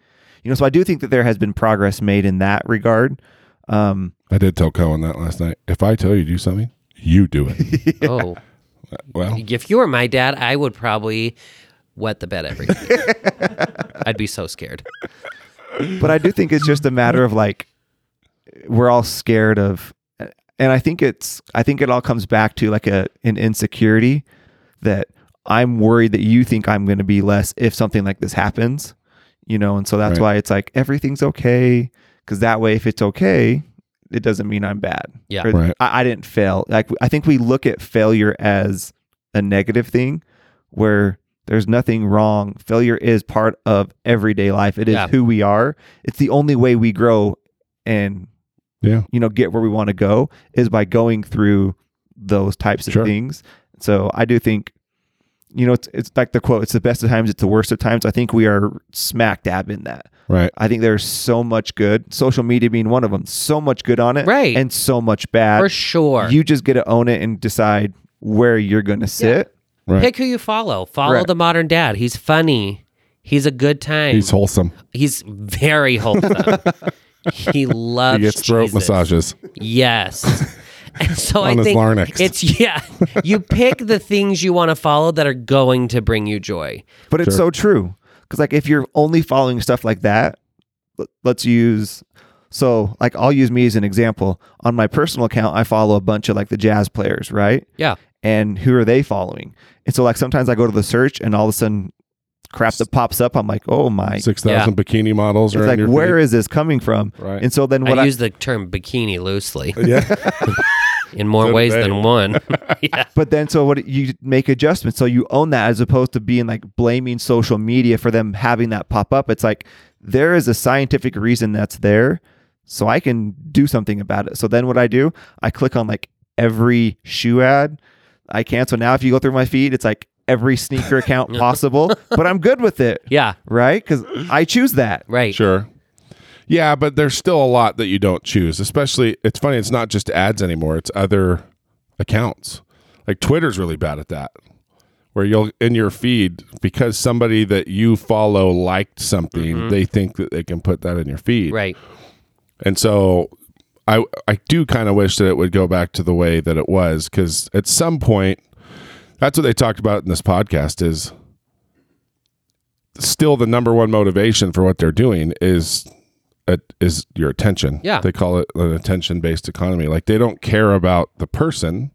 You know, so I do think that there has been progress made in that regard. Um,
I did tell Cohen that last night. If I tell you to do something, you do it.
Oh.
well,
If you were my dad, I would probably wet the bed every night. I'd be so scared.
but I do think it's just a matter of like we're all scared of and I think it's I think it all comes back to like a an insecurity that I'm worried that you think I'm going to be less if something like this happens, you know, and so that's
Right.
why it's like everything's okay cuz that way if it's okay it doesn't mean I'm bad.
Yeah.
Or
Right.
I, I didn't fail. Like I think we look at failure as a negative thing where there's nothing wrong. Failure is part of everyday life. It is
Yeah.
who we are. It's the only way we grow and
yeah.
you know get where we want to go is by going through those types of
Sure.
things. So I do think you know it's it's like the quote it's the best of times it's the worst of times. I think we are smack dab in that.
Right.
I think there's so much good, social media being one of them. So much good on it
Right.
and so much bad.
Uh,
For sure.
You just get to own it and decide where you're going to sit.
Right.
Pick who you follow. Follow
Right.
the modern dad. He's funny. He's a good time.
He's
He's,
wholesome.
very wholesome. he loves
He gets throat
Jesus.
massages.
Yes. And so I
On his
think
larynx.
it's yeah. You pick the things you want to follow that are going to bring you joy.
But it's so true. Because, like, if you're only following stuff like that, l- let's use, so, like, I'll use me as an example. On my personal account, I follow a bunch of, like, the jazz players, right?
Yeah.
And who are they following? And so, like, sometimes I go to the search and all of a sudden crap that pops up. I'm like, oh my.
Six thousand bikini models
It's
are in
like,
your
where is this coming from?
Right.
And so then
I,
what I,
use the term bikini loosely
feed. Yeah.
in more ways
they.
than one. yeah.
But then, so what you make adjustments. So you own that as opposed to being like blaming social media for them having that pop up. It's like there is a scientific reason that's there. so I can do something about it. So then what I do, I click on like every shoe ad I can. So now if you go through my feed, it's like every sneaker account possible, but I'm good with it,
Yeah.
right? Because I choose that.
Right.
Sure. Yeah, but there's still a lot that you don't choose. Especially, it's funny. It's not just ads anymore. It's other accounts. Like Twitter's really bad at that, where you'll in your feed because somebody that you follow liked something, they think that they can put that in your feed.
Right.
And so I I do kind of wish that it would go back to the way that it was cuz at some point that's what they talked about in this podcast is still the number one motivation for what they're doing is at, is your attention.
Yeah.
They call it an attention based economy. Like they don't care about the person.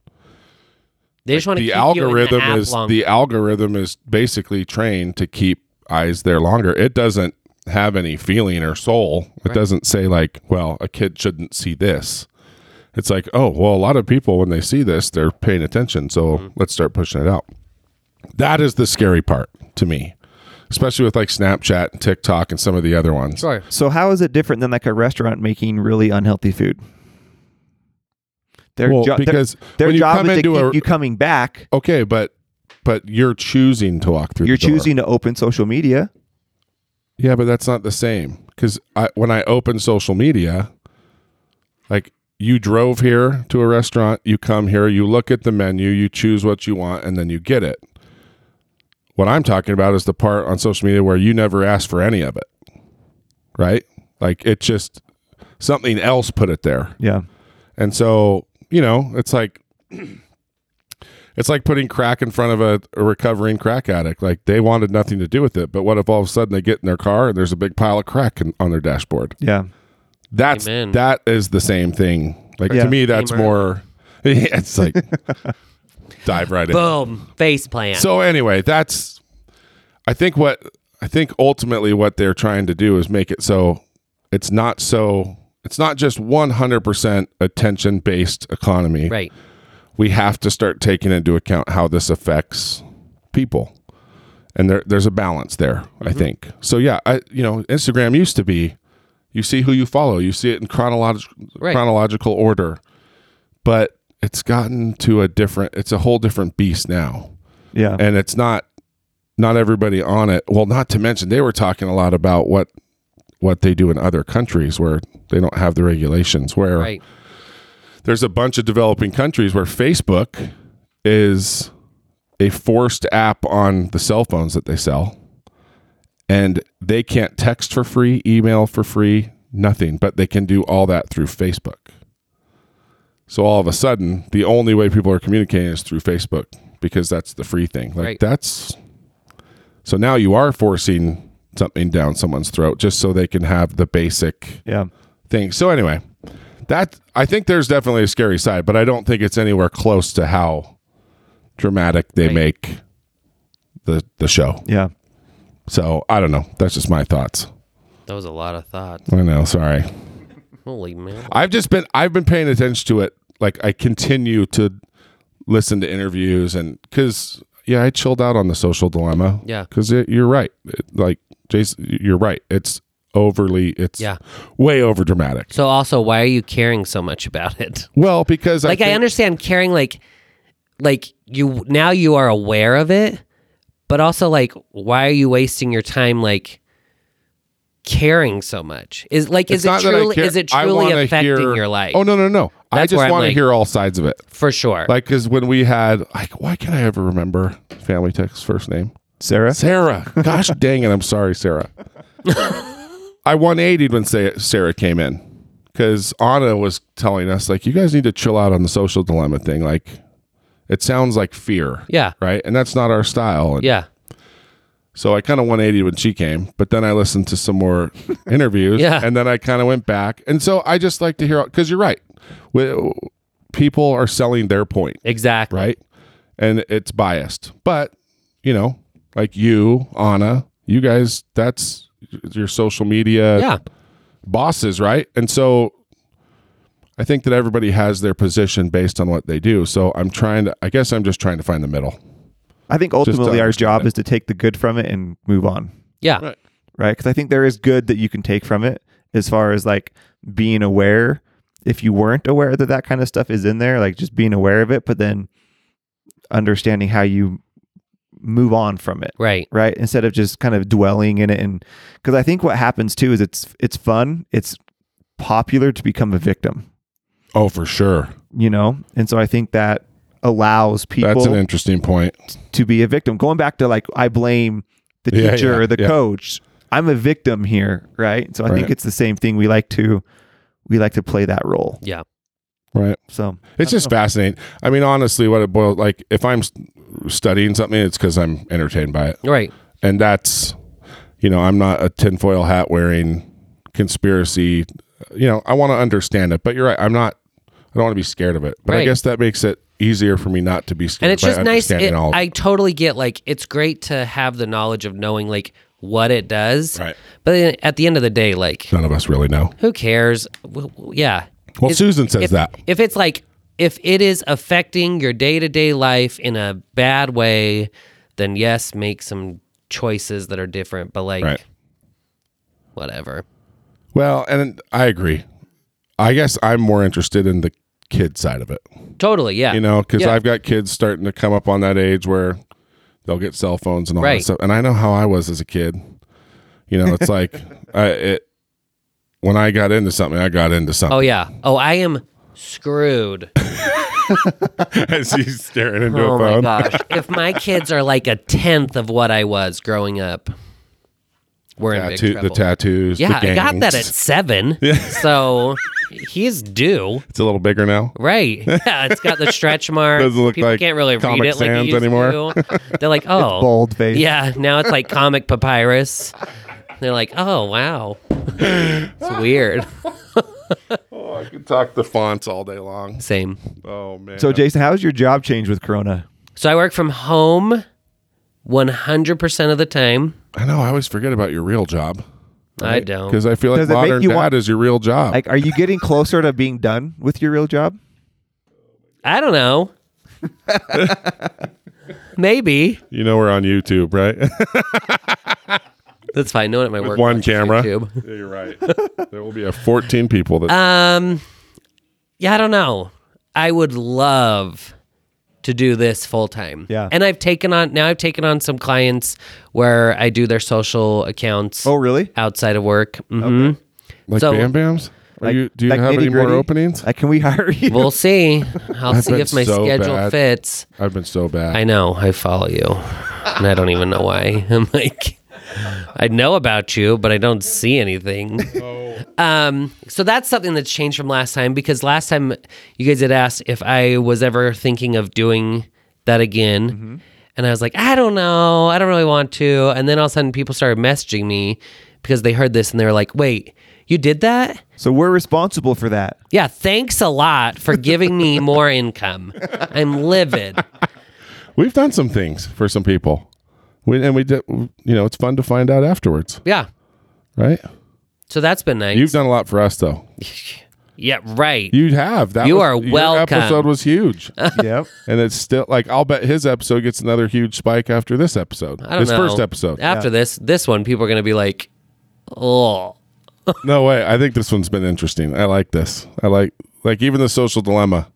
They just want to
The
keep
algorithm
you in the app
is
long.
the algorithm is basically trained to keep eyes there longer. It doesn't have any feeling or soul. It doesn't say like, well, a kid shouldn't see this. It's like, oh, well, a lot of people when they see this, they're paying attention. So
Mm-hmm.
let's start pushing it out. That is the scary part to me, especially with like Snapchat and TikTok and some of the other ones.
Sure.
So how is it different than like a restaurant making really unhealthy food? Their
Well,
jo- their-
because
their,
when you
job
come
is to
into
keep
a-
you coming back.
Okay, but but you're choosing to walk through.
You're
the door.
choosing to open social media.
Yeah, but that's not the same because I, when I open social media, like you drove here to a restaurant, you come here, you look at the menu, you choose what you want, and then you get it. What I'm talking about is the part on social media where you never ask for any of it, right? Like it just something else put it there.
Yeah.
And so, you know, it's like it's like putting crack in front of a, a recovering crack addict. Like they wanted nothing to do with it, but what if all of a sudden they get in their car and there's a big pile of crack in, on their dashboard?
Yeah.
That's
Amen.
that is the same thing. Like
Yeah.
to me, that's
Amen.
more. It's like dive right in.
Boom. Face plant.
So anyway, that's I think what I think ultimately what they're trying to do is make it so it's not so it's not just 100% attention based economy.
right.
We have to start taking into account how this affects people. And there, there's a balance there, I
Mm-hmm.
think. So yeah, I you know, Instagram used to be you see who you follow, you see it in chronological
Right.
chronological order. But it's gotten to a different it's a whole different beast now
Yeah.
and it's not not everybody on it well not to mention they were talking a lot about what what they do in other countries where they don't have the regulations where
Right.
there's a bunch of developing countries where facebook is a forced app on the cell phones that they sell and they can't text for free email for free nothing but they can do all that through facebook so all of a sudden, the only way people are communicating is through Facebook because that's the free thing. Like
Right.
that's so now you are forcing something down someone's throat just so they can have the basic
yeah.
thing. So anyway, that I think there's definitely a scary side, but I don't think it's anywhere close to how dramatic they
Right.
make the the show.
Yeah.
So I don't know. That's just my thoughts.
That was a lot of thought.
I know, sorry.
Holy man.
I've just been I've been paying attention to it. Like I continue to listen to interviews and because yeah, I chilled out on the social dilemma.
Yeah.
because you're right. It- like Jason, you're right. It's overly. It's
Yeah.
way over dramatic.
So also, why are you caring so much about it?
Well, because
Like
I,
I
think-
understand caring like like you now you are aware of it, but also like why are you wasting your time like caring so much? Is like
It's
is it
not that I
truly
care-
is it
I
truly
wanna
affecting
hear-
your life?
Oh no no no! I
That's where
just
I'm
want to
like-
hear all sides of it.
For sure.
Like because when we had like why can't I ever remember family text first name?
Sarah.
Sarah. Gosh dang it. I'm sorry, Sarah. I 180'd when Sa- Sarah came in because Anna was telling us, like, you guys need to chill out on the social dilemma thing. Like, it sounds like fear,
yeah.
right? And that's not our style. And
Yeah.
So I kind of 180 when she came, but then I listened to some more interviews
Yeah.
and then I kind of went back. And so I just like to hear, because you're right. We, people are selling their point
Exactly.
right? And it's biased. But, you know, like you, Anna, you guys, that's your social media
Yeah.
bosses, right? And so I think that everybody has their position based on what they do. So I'm trying to, I guess I'm just trying to find the middle.
I think ultimately our
understand
job
that.
is to take the good from it and move on,
Yeah.
Right.
right? Because I think there is good that you can take from it as far as like being aware if you weren't aware that that kind of stuff is in there, like just being aware of it, but then understanding how you move on from it
Right.
right instead of just kind of dwelling in it and because i think what happens too is it's it's fun it's popular to become a victim
Oh, for sure.
you know and so i think that allows
That's an
people
interesting point.
to be a victim going back to like i blame the
Yeah,
teacher
yeah,
or the
yeah.
coach i'm a victim here right so i think
Right.
it's the same thing we like to we like to play that role
Yeah.
Right.
so
It's just fascinating. I mean, honestly, what it boils like if I'm s- studying something, it's because I'm entertained by it,
Right.
and that's you know I'm not a tinfoil hat wearing conspiracy. You know, I want to understand it, but you're right. I'm not. I don't want to be scared of it, but I
Right.
guess that makes it easier for me not to be scared.
and it's
by
just nice.
understanding
It,
all of it.
I totally get like it's great to have the knowledge of knowing like what it does.
Right.
But then at the end of the day, like
None of us really know.
who cares? W- w- yeah.
Well,
If-
Susan says
if,
that.
If it's like if it is affecting your day to day life in a bad way, then yes, make some choices that are different. But like,
Right.
whatever.
Well, and I agree. I guess I'm more interested in the kid side of it.
Totally. Yeah.
you know, because
Yeah.
I've got kids starting to come up on that age where they'll get cell phones and all that
Right.
stuff. And I know how I was as a kid. You know, it's like I, it when I got into something, I got into something.
Oh yeah. Oh, I am screwed.
as he's staring into
Oh
a
my
phone.
gosh. If my kids are like a tenth of what I was growing up, we're in big
Tattoo- the
trouble.
tattoos.
yeah,
the
I got that at
gangs.
seven. So he's due.
It's a little bigger now.
Right. Yeah, it's got the stretch marks.
Doesn't look
People
like
can't really read
Comic
it like it
Sans
used
anymore.
to. They're like, oh.
bold face
Yeah, now it's like comic papyrus. They're like, oh, wow. It's weird.
Oh, I could talk the fonts all day long.
Same.
Oh man.
so jason how's your job change with corona
So I work from home 100% of the time.
I know I always forget about your real job
I don't.
because I feel like
Does it make
modern
you
dad
want-
is your real job.
like are you getting closer to being done with your real job
I don't know. Maybe.
you know, we're on YouTube, right?
That's fine. No one at my work.
One
watches
camera.
YouTube.
Yeah, you're right. there will be a 14 people that
Um, yeah, I don't know. I would love to do this full time.
Yeah.
And I've taken on now I've taken on some clients where I do their social accounts
oh really
outside of work. hmm
like
so-
Bam Bams. Are
Like-
you, do you
like
have any more
nitty-gritty?
openings?
like can we hire you
We'll see. I'll
I've
see
been
if my
so
schedule
bad.
fits.
I've been so bad.
I know, I follow you. And I don't even know why. I'm like I know about you, but I don't see anything. Um, so that's something that's changed from last time because last time you guys had asked if I was ever thinking of doing that again. And I was like, I don't know. I don't really want to. And then all of a sudden people started messaging me because they heard this and they were like, wait, you did that?
so we're responsible for that
Yeah, thanks a lot for giving me more income. I'm livid.
We've done some things for some people. We, and we did, you know, it's fun to find out afterwards,
Yeah.
right?
So that's been nice.
You've done a lot for us, though.
yeah, right.
You have. That
You
was-
are welcome.
Your episode was huge,
yep
and it's still like I'll bet his episode gets another huge spike after this episode.
I don't
his
know.
first episode.
After this, this one, people are going to be like, oh,
No way. I think this one's been interesting. I like this. I like like even the social dilemma.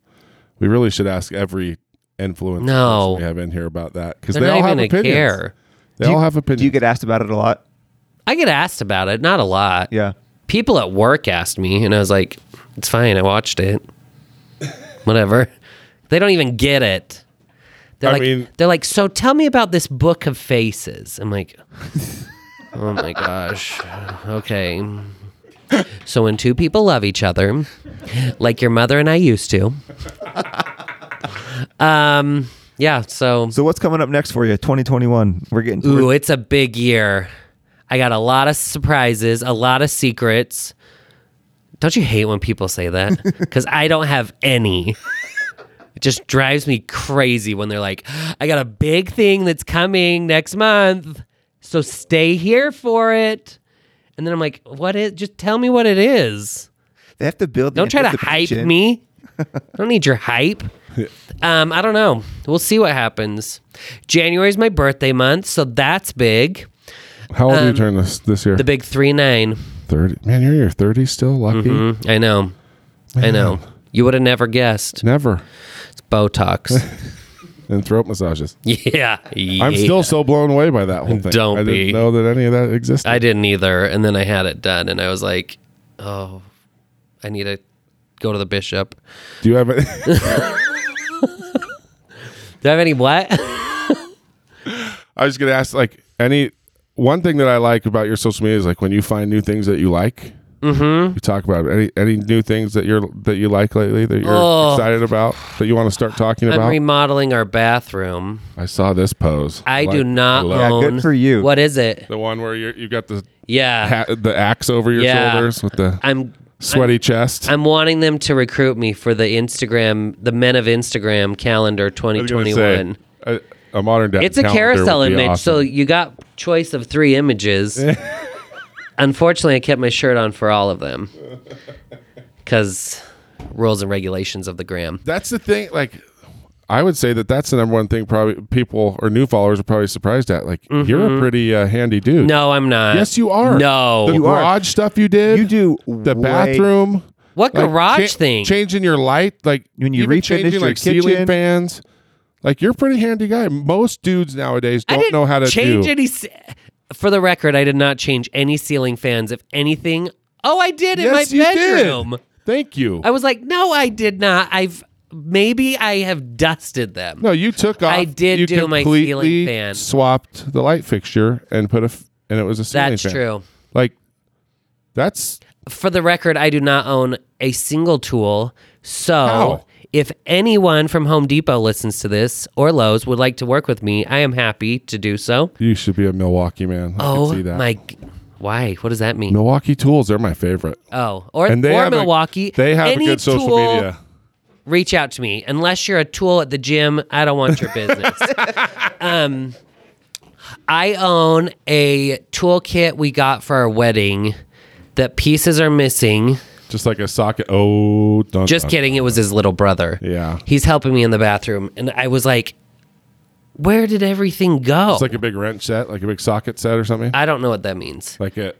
We really should ask every influencer
No.
person we have in here about that because
they're
they all
not
have
even going to
opinions.
care.
They
Do you-
all have
do you
opinions.
get asked about it a lot
I get asked about it, not a lot.
yeah
People at work asked me, and I was like, it's fine. I watched it. Whatever. They don't even get it. They're
I
like,
mean-
they're like, so tell me about this book of faces. I'm like, oh my gosh. Okay. So when two people love each other, like your mother and I used to. Um, yeah, so
So what's coming up next for you? 2021. We're getting to
Ooh, it's a big year. I got a lot of surprises, a lot of secrets. Don't you hate when people say that? Because I don't have any. It just drives me crazy when they're like, I got a big thing that's coming next month. So stay here for it. And then I'm like, what is just tell me what it is.
they have to build. the
Don't try to hype
anticipation.
me. I don't need your hype. Um, I don't know. We'll see what happens. January's my birthday month, so that's big. um,
How old do you turn this this year?
The big three nine.
thirty. Man, you're in your thirties still. Lucky.
Mhm. I know. I know. You would have never guessed.
Never.
It's Botox.
And throat massages.
yeah.
I'm
Yeah.
still so blown away by that whole thing.
Don't
I
be.
didn't know that any of that existed.
I didn't either. And then I had it done, and I was like, oh, I need to go to the bishop.
Do you have? Any,
Do I have any what?
I was gonna ask like any one thing that I like about your social media is like when you find new things that you like. Mm-hmm. You talk about it. any any new things that you're that you like lately that you're
Oh.
excited about that you want to start talking
I'm
about.
remodeling our bathroom.
I saw this pose.
I
like-
do not
love
Yeah,
it.
own.
good for you.
What is it?
the one where you're, you've got the
Yeah.
ha- the axe over your
Yeah.
shoulders with the
I'm
sweaty chest.
I'm wanting them to recruit me for the Instagram, the Men of Instagram calendar
I was gonna say,
2021.
a, a modern day.
It's a carousel image, so you got choice of three images. Unfortunately, I kept my shirt on for all of them because rules and regulations of the gram.
that's the thing. Like, I would say that that's the number one thing. Probably people or new followers are probably surprised at. Like, you're a pretty uh, handy dude.
Mm-hmm. No, I'm not.
Yes, you are.
No.
the
You
are.
garage stuff you did.
You do
the
way-
bathroom.
What
like,
garage
cha-
thing?
Changing your light, like
When you
even
refinish
changing
your
like ceiling
kitchen.
fans. Like you're a pretty handy guy. Most dudes nowadays
I
don't
didn't
know how to
change
do.
any. ce- For the record, I did not change any ceiling fans. If anything, oh, I did in my
Yes, you did.
bedroom.
Thank you.
I was like, no, I did not. I've maybe I have dusted them.
No, you took off.
I did
you
do my
completely
ceiling fan.
Swapped the light fixture and put a f- and it was a ceiling
That's
fan.
true.
Like that's
For the record, I do not own a single tool. So
How?
if anyone from Home Depot listens to this or Lowe's would like to work with me, I am happy to do so.
you should be a Milwaukee man. I
Oh
can see that.
my g- why? What does that mean?
Milwaukee tools, they're my favorite.
Oh, or,
And they
or
have a-
Milwaukee.
they have
Any
a good social
tool,
media.
Reach out to me. Unless you're a tool at the gym, I don't want your business. um, I own a toolkit we got for our wedding that pieces are missing.
Just like a socket. Oh, dun,
Just
dun.
kidding. It was his little brother.
Yeah.
He's helping me in the bathroom. And I was like, where did everything go?
It's like a big wrench set, like a big socket set or something.
I don't know what that means.
like it.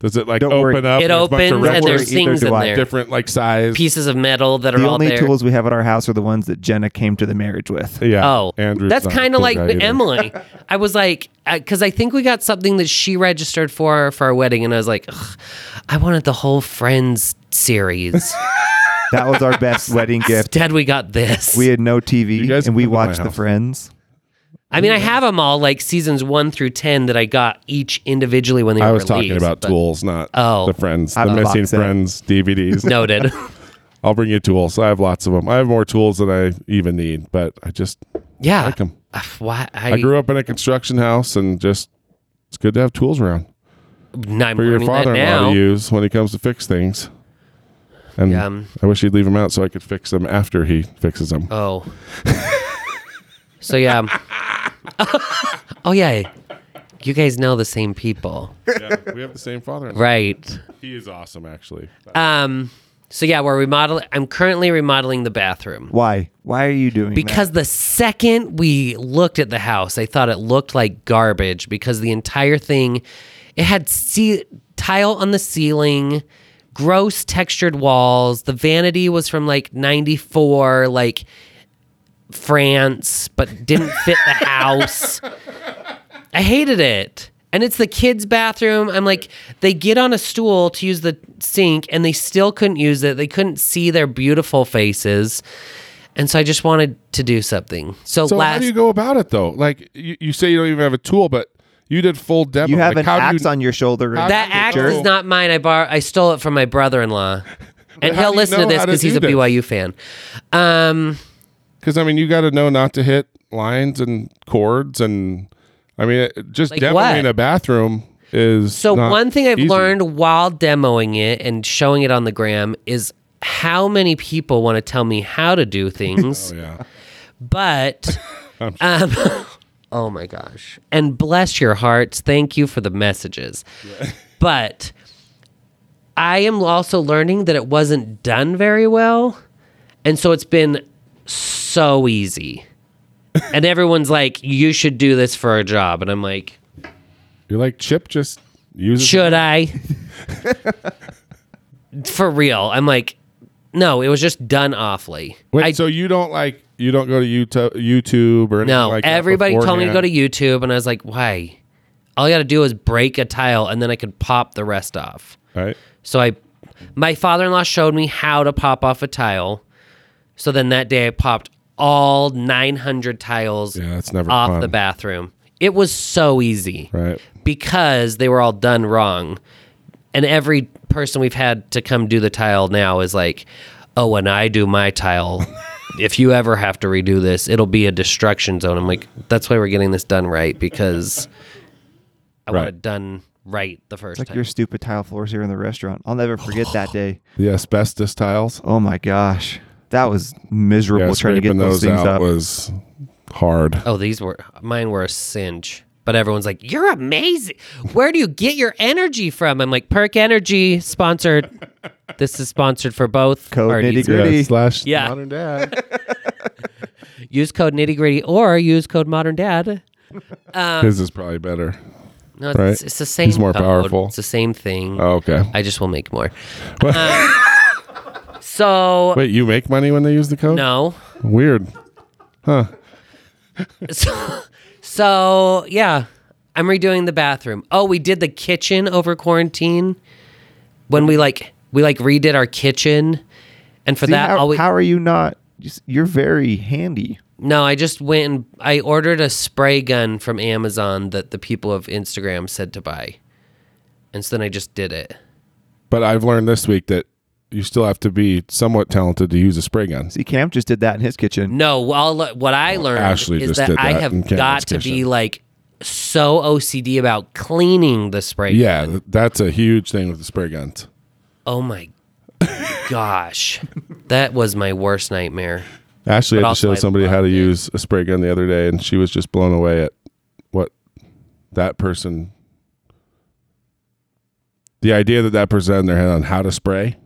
Does it like
Don't
open
worry.
up?
It
and there's a bunch of
opens
wrenches.
and
wrenches,
there's
Don't worry,
things
either
in
do I.
there.
different like size.
Pieces of metal that are
The
all
only
there.
tools we have at our house are the ones that Jenna came to the marriage with.
Yeah.
Oh,
Andrew's
that's
not a
kind of
cool
like
guy
with
either.
Emily. I was like, because I think we got something that she registered for for our wedding, and I was like, "Ugh, I wanted the whole Friends series.
That was our best wedding gift.
Instead, we got this.
We had no
You
TV
guys
and we
come to my
watched The
house.
Friends.
I mean, I have them all, like seasons one through ten, that I got each individually when they
I
were
was talking
released,
about
but-
tools, not
Oh.
the friends,
I
the
have a box
missing
set.
friends DVDs.
Noted.
I'll bring you tools. I have lots of them. I have more tools than I even need, but I just
Yeah.
like them.
Uh, Why? I,
I grew up in a construction house, and just it's good to have tools around
I'm
for your
learning that
father-in-law
now.
to use when he comes to fix things. And
Yum.
I wish he'd leave them out so I could fix them after he fixes them.
Oh. so yeah. oh yeah. You guys know the same people,
yeah, we have the same father.
right?
He is awesome, actually.
Um, so yeah, we're remodeling. I'm currently remodeling the bathroom
Why? Why are you doing
because the second we looked at the house, I thought it looked like garbage because the entire thing, it had ce- tile on the ceiling, gross textured walls. The vanity was from like '94, like France, but didn't fit the house. I hated it. And it's the kids' bathroom. I'm like, they get on a stool to use the sink and they still couldn't use it. They couldn't see their beautiful faces. And so I just wanted to do something. So,
So how
last
do you go about it though? Like you, you say you don't even have a tool, but you did full demo.
You have an
Like, how do
axe on your shoulder. right
that
now,
axe
jerk.
is not mine. I bar I stole it from my brother in law. And
how
he'll
do you
listen to
know
this
how to
because he's
do
a
this?
BYU fan. Um
Because I mean, you got to know not to hit lines and chords, and I mean, it, just
Like
demoing
what?
a bathroom is
So
not
one thing I've
easy.
learned while demoing it and showing it on the gram is how many people want to tell me how to do things,
Oh, Yeah,
but um, oh my gosh. And bless your hearts. Thank you for the messages. but I am also learning that it wasn't done very well. And so it's been so easy. and everyone's like, you should do this for a job. And I'm like,
you're like Chip. Just use it.
should I? For real. I'm like, no, it was just done awfully.
Wait,
I,
so you don't like you don't go to YouTube, YouTube or anything
no,
like that
everybody told me to go to
beforehand?
YouTube, and I was like, why? All I got to do is break a tile, and then I could pop the rest off.
Right.
So I, my father-in-law showed me how to pop off a tile. So then that day I popped all 900 tiles
Yeah, that's never
off
fun.
the bathroom. It was so easy
Right.
because they were all done wrong. And every person we've had to come do the tile now is like, oh, when I do my tile, if you ever have to redo this, it'll be a destruction zone. I'm like, that's why we're getting this done right because I want
Right.
it done right the Oh. first
like
time.
your stupid tile floors here in the restaurant. I'll never forget that day.
The asbestos tiles.
Oh my gosh, that was miserable
Yeah,
trying to get
scraping
those,
those,
things
out
up.
was hard.
Oh, these were mine were a singe. But everyone's like, "You're amazing. Where do you get your energy from?" I'm like, "Perk Energy sponsored. This is sponsored for both.
Code
parties.
nitty-gritty. Gritty.
Yeah, slash
Yeah.
modern dad.
Use code Nitty Gritty or use code Modern Dad. Um,
His is probably better.
No, it's,
Right.
it's the same.
He's more
code.
powerful.
It's the same thing.
Oh, okay.
I just will make more. Um, so
Wait, you make money when they use the code?
no.
Weird.
So, so yeah, I'm redoing the bathroom. Oh, we did the kitchen over quarantine when we like we like redid our kitchen, and for
See,
that,
how,
all we,
how are you not? just- You're very handy.
no, I just went and I ordered a spray gun from Amazon that the people of Instagram said to buy, and so then I just did it.
But I've learned this week that you still have to be somewhat talented to use a spray gun.
See, Cam just did that in his kitchen.
No, well, look, what I learned
Ashley
is
just
that,
did
I
that in
have
Cameron's
got to be
kitchen.
like so OCD about cleaning the spray gun.
Yeah, th- that's a huge thing with the spray guns.
Oh my gosh. That was my worst nightmare.
Ashley
But
had to
also I
show somebody how to
loved it.
use a spray gun the other day, and she was just blown away at what that person, the idea that that person had in their head on how to spray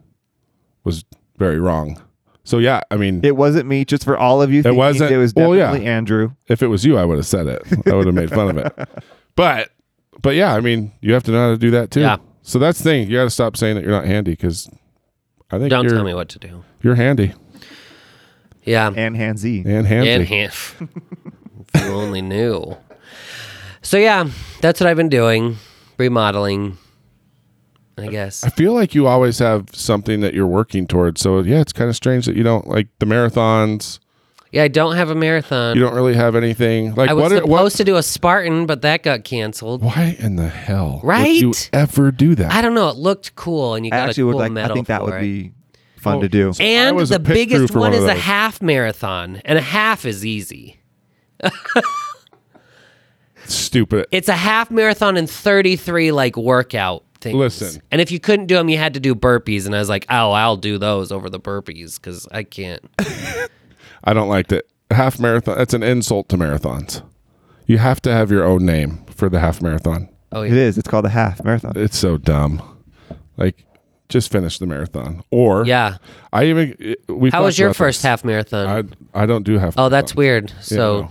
was very wrong. So, yeah, I mean,
It wasn't me. Just for all of you, thinking
wasn't-
It was
well,
definitely
yeah.
Andrew.
if it was you, I would have said it. I would have made fun of it. But, but yeah, I mean, you have to know how to do that too.
Yeah.
So that's the thing. You got to stop saying that you're not handy because I think
Don't
you're,
tell me what to do.
you're handy
Yeah.
and Hansi.
and handy.
And Hanf. if you only knew. So yeah, that's what I've been doing. Remodeling. I guess.
I feel like you always have something that you're working towards. So yeah, it's kind of strange that you don't like the marathons.
Yeah, I don't have a marathon.
You don't really have anything like
I was
what? Are,
supposed
what?
to do a Spartan, but that got canceled.
Why in the hell would you
Right?
ever do that?
I don't know. It looked cool, and you
I
got
actually
a
would
cool
like. I
medal.
think that
for
would
it.
be fun
Oh,
to do.
I
And
was a
the
pit crew
biggest
for
one,
one of
is a
those.
half marathon, and a half is easy.
Stupid.
It's a half marathon and 33 like workout things.
Listen.
And if you couldn't do them, you had to do burpees. And I was like, oh, I'll do those over the burpees because I can't.
I don't like that. Half marathon. That's an insult to marathons. You have to have your own name for the half marathon.
Oh,
It
yeah.
is. It's called a half marathon.
It's so dumb. Like, just finish the marathon. Or
yeah.
I even eh, we.
How was your first half marathon?
I I don't do half.
oh, that's
marathons.
weird. So,
no.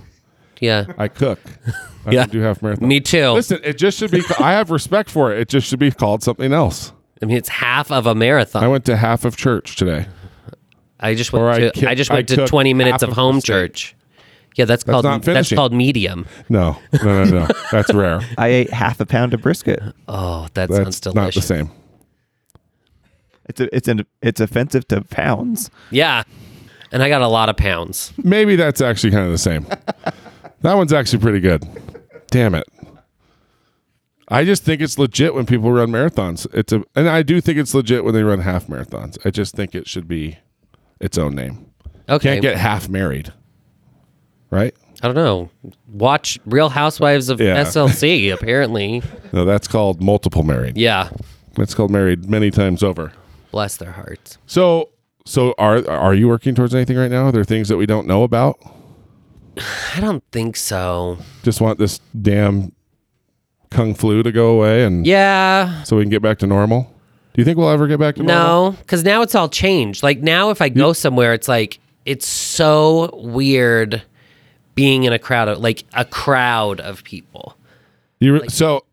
yeah.
I cook. I
Yeah.
don't do half marathon.
Me too.
Listen, it just should be. I have respect for it. It just should be called something else.
I mean, it's half of a marathon.
I went to half of church today.
I just
Or
went
I
to
kick-
I just
I
went to
took
20 minutes
half
of
of
home
the steak.
church. Yeah, that's called
not
that's
finishing.
called medium.
No, no, no, no. That's rare.
I ate half a pound of brisket.
Oh, that sounds
That's not
delicious.
the same.
It's a, it's an it's offensive to pounds.
Yeah. And I got a lot of pounds.
Maybe that's actually kind of the same. that one's actually pretty good. Damn it. I just think it's legit when people run marathons. It's a, and I do think it's legit when they run half marathons. I just think it should be its own name.
Okay.
Can't get half married, right?
I don't know. Watch Real Housewives of
Yeah.
SLC, apparently.
No, that's called multiple married.
Yeah.
That's called married many times over.
Bless their hearts.
So, so are are you working towards anything right now? Are there things that we don't know about?
I don't think so.
Just want this damn kung flu to go away, and
Yeah.
so we can get back to normal. Do you think we'll ever get back to normal?
No, Mm. because now it's all changed. Like now, if I go somewhere, it's like, it's so weird being in a crowd of like a crowd of people.
You re- so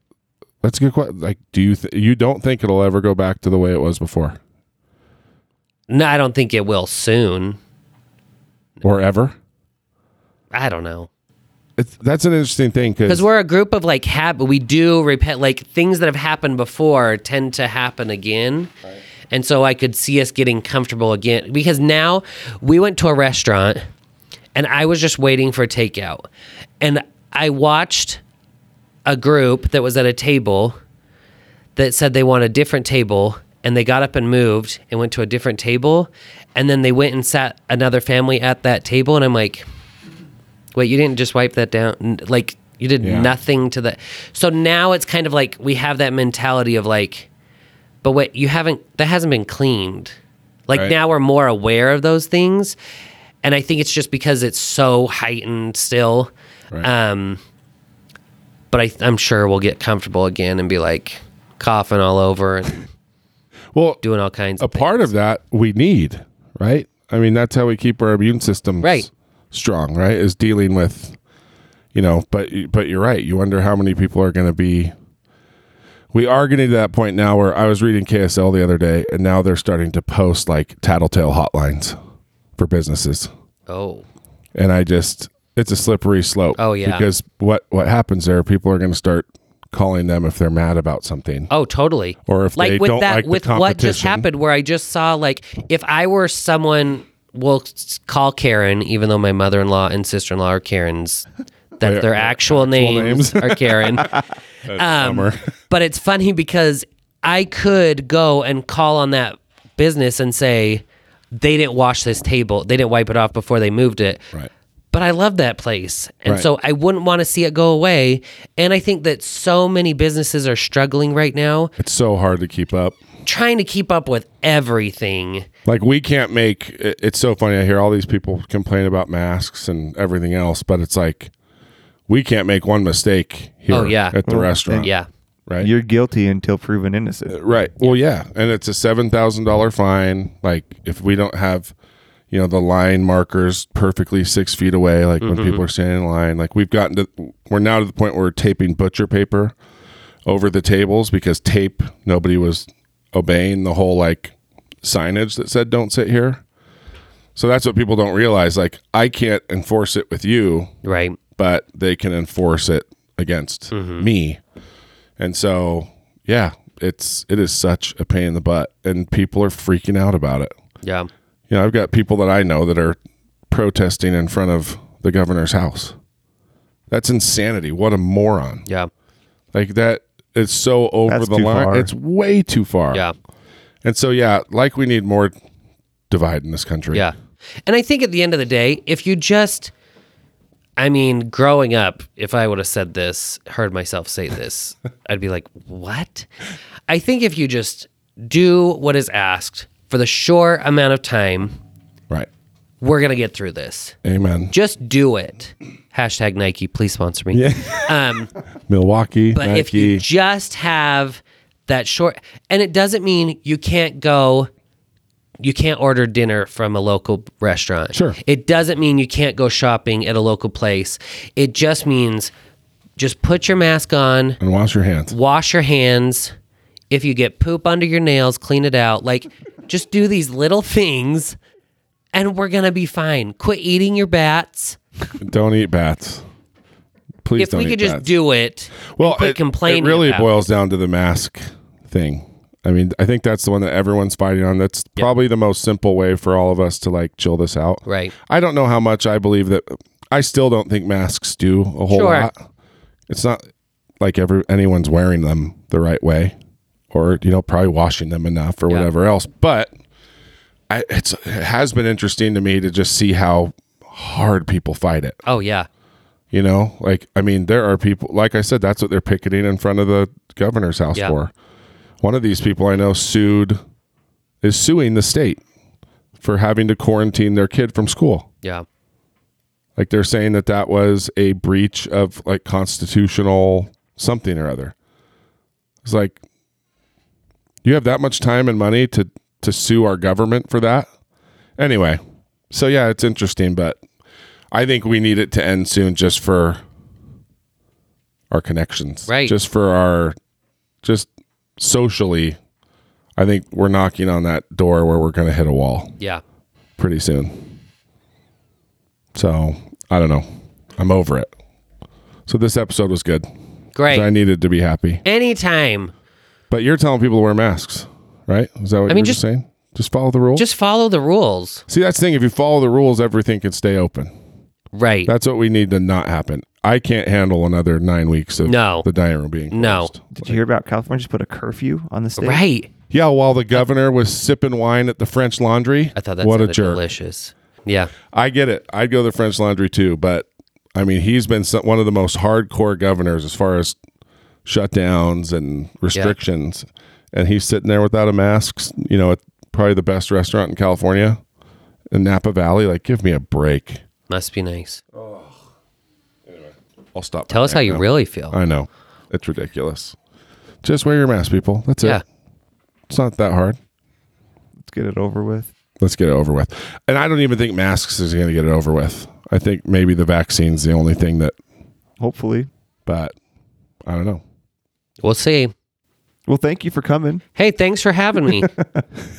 That's a good question. Like, do you th- you don't think it'll ever go back to the way it was before,
No, I don't think it will soon.
or ever?
I don't know.
It's, that's an interesting thing
Because
because
we're a group of like habit, we do repent, like things that have happened before tend to happen again. And so I could see us getting comfortable again. Because now we went to a restaurant and I was just waiting for takeout. And I watched a group that was at a table that said they want a different table and they got up and moved and went to a different table and then they went and sat another family at that table and i'm like wait you didn't just wipe that down N- like you did
Yeah.
nothing to that so now it's kind of like we have that mentality of like but wait you haven't that hasn't been cleaned like
Right.
now we're more aware of those things and i think it's just because it's so heightened still
Right.
um but I, i'm sure we'll get comfortable again and be like coughing all over and
well,
doing all kinds
a
of
part of that we need, right? I mean, that's how we keep our immune system
Right.
strong, right? Is dealing with, you know, but but you're right. You wonder how many people are going to be. We are getting to that point now where I was reading KSL the other day, and now they're starting to post like tattletale hotlines for businesses,
oh
and I just it's a slippery slope.
Oh, yeah.
because what what happens there? People are going to start calling them if they're mad about something.
oh totally
Or if they
like with
don't
that
like the
with what just
competition.
happened where i just saw like if i were someone we'll s- call karen even though my mother-in-law and sister-in-law are karens that their actual,
names.
names, are karen um, but it's funny because i could go and call on that business and say they didn't wash this table they didn't wipe it off before they moved it
Right.
but I love that place. And
Right.
so I wouldn't want to see it go away. And I think that so many businesses are struggling right now,
It's so hard to keep up.
trying to keep up with everything.
Like we can't make it- it's so funny. I hear all these people complain about masks and everything else, but it's like we can't make one mistake here
Oh, yeah.
at the restaurant.
Yeah.
Right. Oh,
You're guilty until proven innocent.
right. Well, yeah. And it's a seven thousand dollar fine. Like if we don't have, you know, the line markers perfectly six feet away, like when people are standing in line. Like we've gotten to we're now to the point where we're taping butcher paper over the tables because tape nobody was obeying the whole like signage that said don't sit here. So that's what people don't realize. Like I can't enforce it with you
Right.
but they can enforce it against
Mm-hmm.
me. And so, yeah, it's it is such a pain in the butt and people are freaking out about it.
Yeah.
You know, I've got people that I know that are protesting in front of the governor's house. That's insanity. What a moron.
Yeah.
Like that it's so over
That's
the
too
line.
far.
It's way too far.
Yeah.
And so yeah, like we need more divide in this country.
Yeah. And I think at the end of the day, if you just, I mean, growing up, if I would have said this, heard myself say this, I'd be like, what? I think if you just do what is asked for the short amount of time,
Right.
we're going to get through this.
Amen.
Just do it. Hashtag Nike, please sponsor me. Um,
Milwaukee.
but if you
Nike.
just have that short, and it doesn't mean you can't go, you can't order dinner from a local restaurant.
Sure.
It doesn't mean you can't go shopping at a local place. It just means just put your mask on,
and wash your hands.
wash your hands. If you get poop under your nails, clean it out. Like, just do these little things and we're going to be fine. Quit eating your bats.
Don't eat bats. Please
if
don't
we
eat
could just
bats.
do it,
well,
quit complaining
It really
about it.
boils down to the mask thing. I mean, I think that's the one that everyone's fighting on. That's probably the most simple way for all of us to like chill this out.
right?
I don't know how much I believe that. I still don't think masks do a whole
Sure.
lot. It's not like every anyone's wearing them the right way, or you know, probably washing them enough or whatever else. But I, it's it has been interesting to me to just see how hard people fight it.
Oh, yeah.
You know, like I mean, there are people. Like I said, that's what they're picketing in front of the governor's house
Yeah.
for. One of these people I know sued is suing the state for having to quarantine their kid from school.
Yeah.
Like they're saying that that was a breach of like constitutional something or other. It's like you have that much time and money to to sue our government for that. Anyway, so yeah, it's interesting, but I think we need it to end soon just for our connections.
Right.
Just for our just socially, I think we're knocking on that door where we're going to hit a wall
Yeah.
pretty soon. So I don't know. I'm over it. So this episode was good. 'cause
Great.
I needed to be happy.
Anytime.
But you're telling people to wear masks, right? Is that what
mean,
you're
just-
just saying? Just follow the rules.
Just follow the rules.
See, that's the thing. If you follow the rules, everything can stay open.
Right.
That's what we need to not happen. I can't handle another nine weeks of
No.
the dining room being closed.
No.
Did you hear about California just put a curfew on the state?
Right.
Yeah, while the governor was sipping wine at the French Laundry.
I thought that
what a
sounded
jerk.
delicious. Yeah.
I get it. I'd go to the French Laundry too, but I mean, he's been so- one of the most hardcore governors as far as shutdowns and restrictions, and he's sitting there without a mask. You know, at probably the best restaurant in California, in Napa Valley. Like, give me a break.
Must be nice.
I'll stop.
Tell us how you
now.
really feel.
I know. It's ridiculous. Just wear your mask, people. That's
Yeah.
it. It's not that hard.
Let's get it over with.
Let's get it over with. And I don't even think masks is going to get it over with. I think maybe the vaccine's the only thing that,
Hopefully.
but I don't know.
We'll see.
Well, thank you for coming.
Hey, thanks for having me.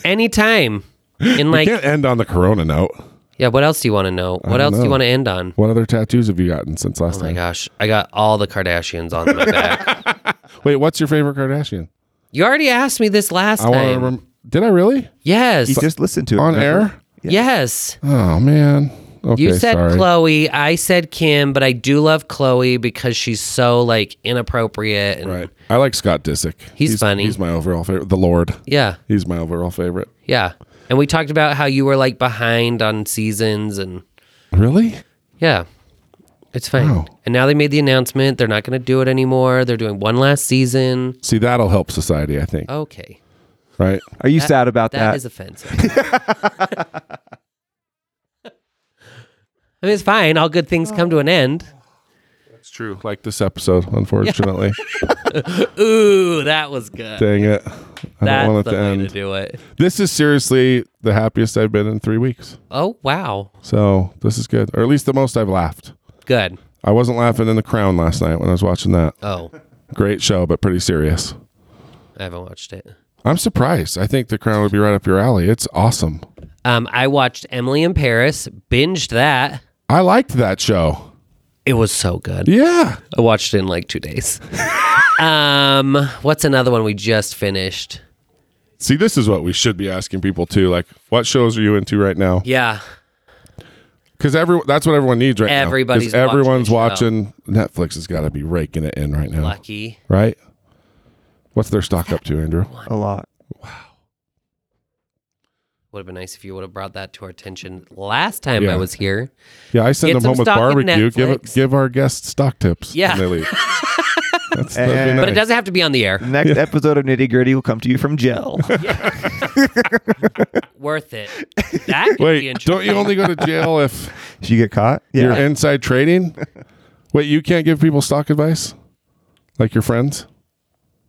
Anytime. In
We
like,
can't end on the corona note.
yeah, what else do you want to know? What
don't
else do you
know.
want to end on?
What other tattoos have you gotten since last
Oh my
time?
gosh. I got all the Kardashians on my back.
Wait, what's your favorite Kardashian?
you already asked me this last
I want to
time.
rem- Did I really?
yes.
You just listened to it.
On
remember?
air?
Yes.
Oh, man. Okay,
You said
sorry.
Chloe, I said Kim, but I do love Chloe because she's so like inappropriate and
Right. I like Scott Disick.
He's funny.
He's my overall favorite. The Lord.
yeah,
He's my overall favorite.
yeah. And we talked about how you were like behind on seasons and
Really?
yeah. It's fine.
Wow.
And now they made the announcement they're not going to do it anymore. They're doing one last season.
See, that'll help society, I
Oh.
think.
Okay.
Right?
Are you sad about that?
that is offensive. I mean, it's fine. All good things come to an end.
It's true. Like this episode, unfortunately.
Ooh, that was good.
Dang it. I
That's
don't want
the
it to
way
end.
to do it.
This is seriously the happiest I've been in three weeks.
Oh, wow.
So this is good. Or at least the most I've laughed.
Good.
I wasn't laughing in The Crown last night when I was watching that.
Oh,
Great show, but pretty serious.
I haven't watched it.
I'm surprised. I think The Crown would be right up your alley. It's awesome.
Um, I watched Emily in Paris, binged that.
I liked that show.
It was so good.
Yeah.
I watched it in like two days. um, what's another one we just finished?
See, this is what we should be asking people too. Like, what shows are you into right now?
Yeah,
Because every that's what everyone needs right
Everybody's
now. 'Cause everyone's
watching
watching. Netflix has got to be raking it in right now,
Lucky.
right? What's their stock up to, Andrew?
a lot.
Would have been nice if you would have brought that to our attention last time I
Yeah.
was here.
Yeah, I send
Get
them
some
home with
stock at
barbecue. Give it-
Netflix.
give our guests stock tips. when
Yeah.
they leave. that's, that'd
Eh.
be
But it
nice.
doesn't have to be on the air.
Next episode of Nitty Gritty will come to you from jail.
Worth it. That could be
Wait,
interesting.
don't you only go to jail if
if you get caught,
you're
yeah,
inside trading? Wait, you can't give people stock advice, like your friends.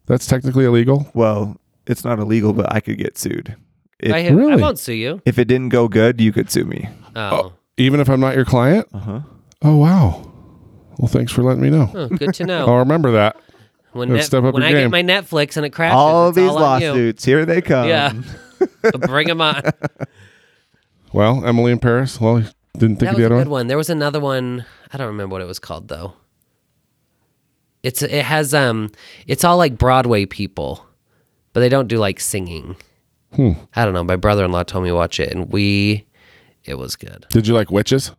That's technically illegal.
well, it's not illegal, but I could get sued. If,
I, have, I
Really?
won't sue you.
if it didn't go good, you could sue me.
Oh,
Even if I'm not your client?
Uh-huh.
Oh, wow. Well, thanks for letting me know.
Oh, good to know.
I'll remember that.
when
gotta
Net-
step up
when
your
I
game.
get my Netflix and it crashes,
all
it's
these
all um. on you.
lawsuits, here they come.
Yeah. Bring them on.
Well, Emily in Paris. Well, you didn't think
That
of
was
the
a
other
good
one.
one. There was another one. I don't remember what it was called though. It's it has um it's all like Broadway people, but they don't do like singing.
Hmm.
I don't know. My brother in law told me to watch it, and we it was good.
Did you like witches?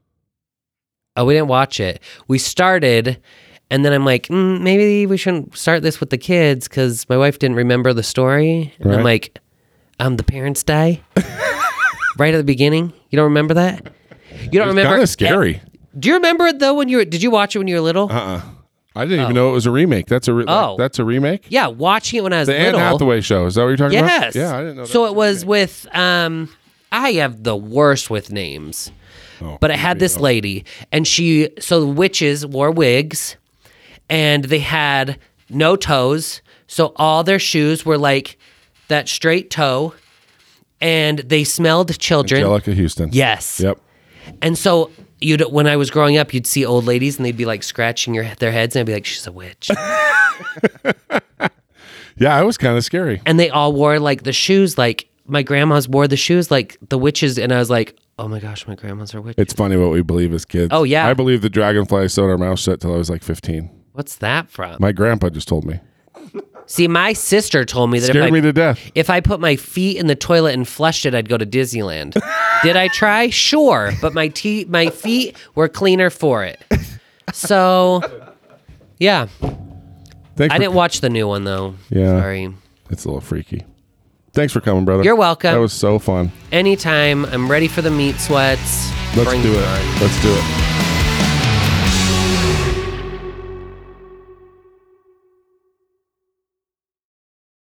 Oh, we didn't watch it. We started, and then I'm like, mm, maybe we shouldn't start this with the kids because my wife didn't remember the story, and I'm
Right.
like, um, the parents die right at the beginning. You don't remember that? You don't remember?
Kind of scary. Uh-uh.
Do you remember it though? When you were, did you watch it when you were little?
Uh-huh. I didn't even know it was a remake. That's a re-
Oh.
that's a remake.
yeah, watching it when I was
The Anne
little.
Hathaway show. Is that what you're talking about?
Yes.
Yeah, I didn't know.
So
that
it was with um, I have the worst with names,
Oh,
but it had this lady, and she so the witches wore wigs, and they had no toes, so all their shoes were like that straight toe, and they smelled children.
Angelica Houston.
Yes.
Yep.
And so you'd when I was growing up, you'd see old ladies and they'd be like scratching your, their heads and I'd be like, she's a witch.
Yeah, it was kind of scary.
and they all wore like the shoes like my grandma's wore the shoes like the witches and i was like oh my gosh my grandma's are witches
It's funny what we believe as kids.
Oh, yeah.
I believe the dragonfly sewed our mouth shut till I was like 15.
what's that from
My grandpa just told me.
see my sister told me that if
Scared
I,
me to death.
if I put my feet in the toilet and flushed it i'd go to disneyland did i try sure but my te- my feet were cleaner for it so yeah
Thanks
i
for-
didn't watch the new one though
Yeah.
sorry
It's a little freaky. Thanks for coming, brother.
You're welcome.
That was so fun.
anytime i'm ready for the meat sweats
Let's
Bring
do it.
on.
Let's do it.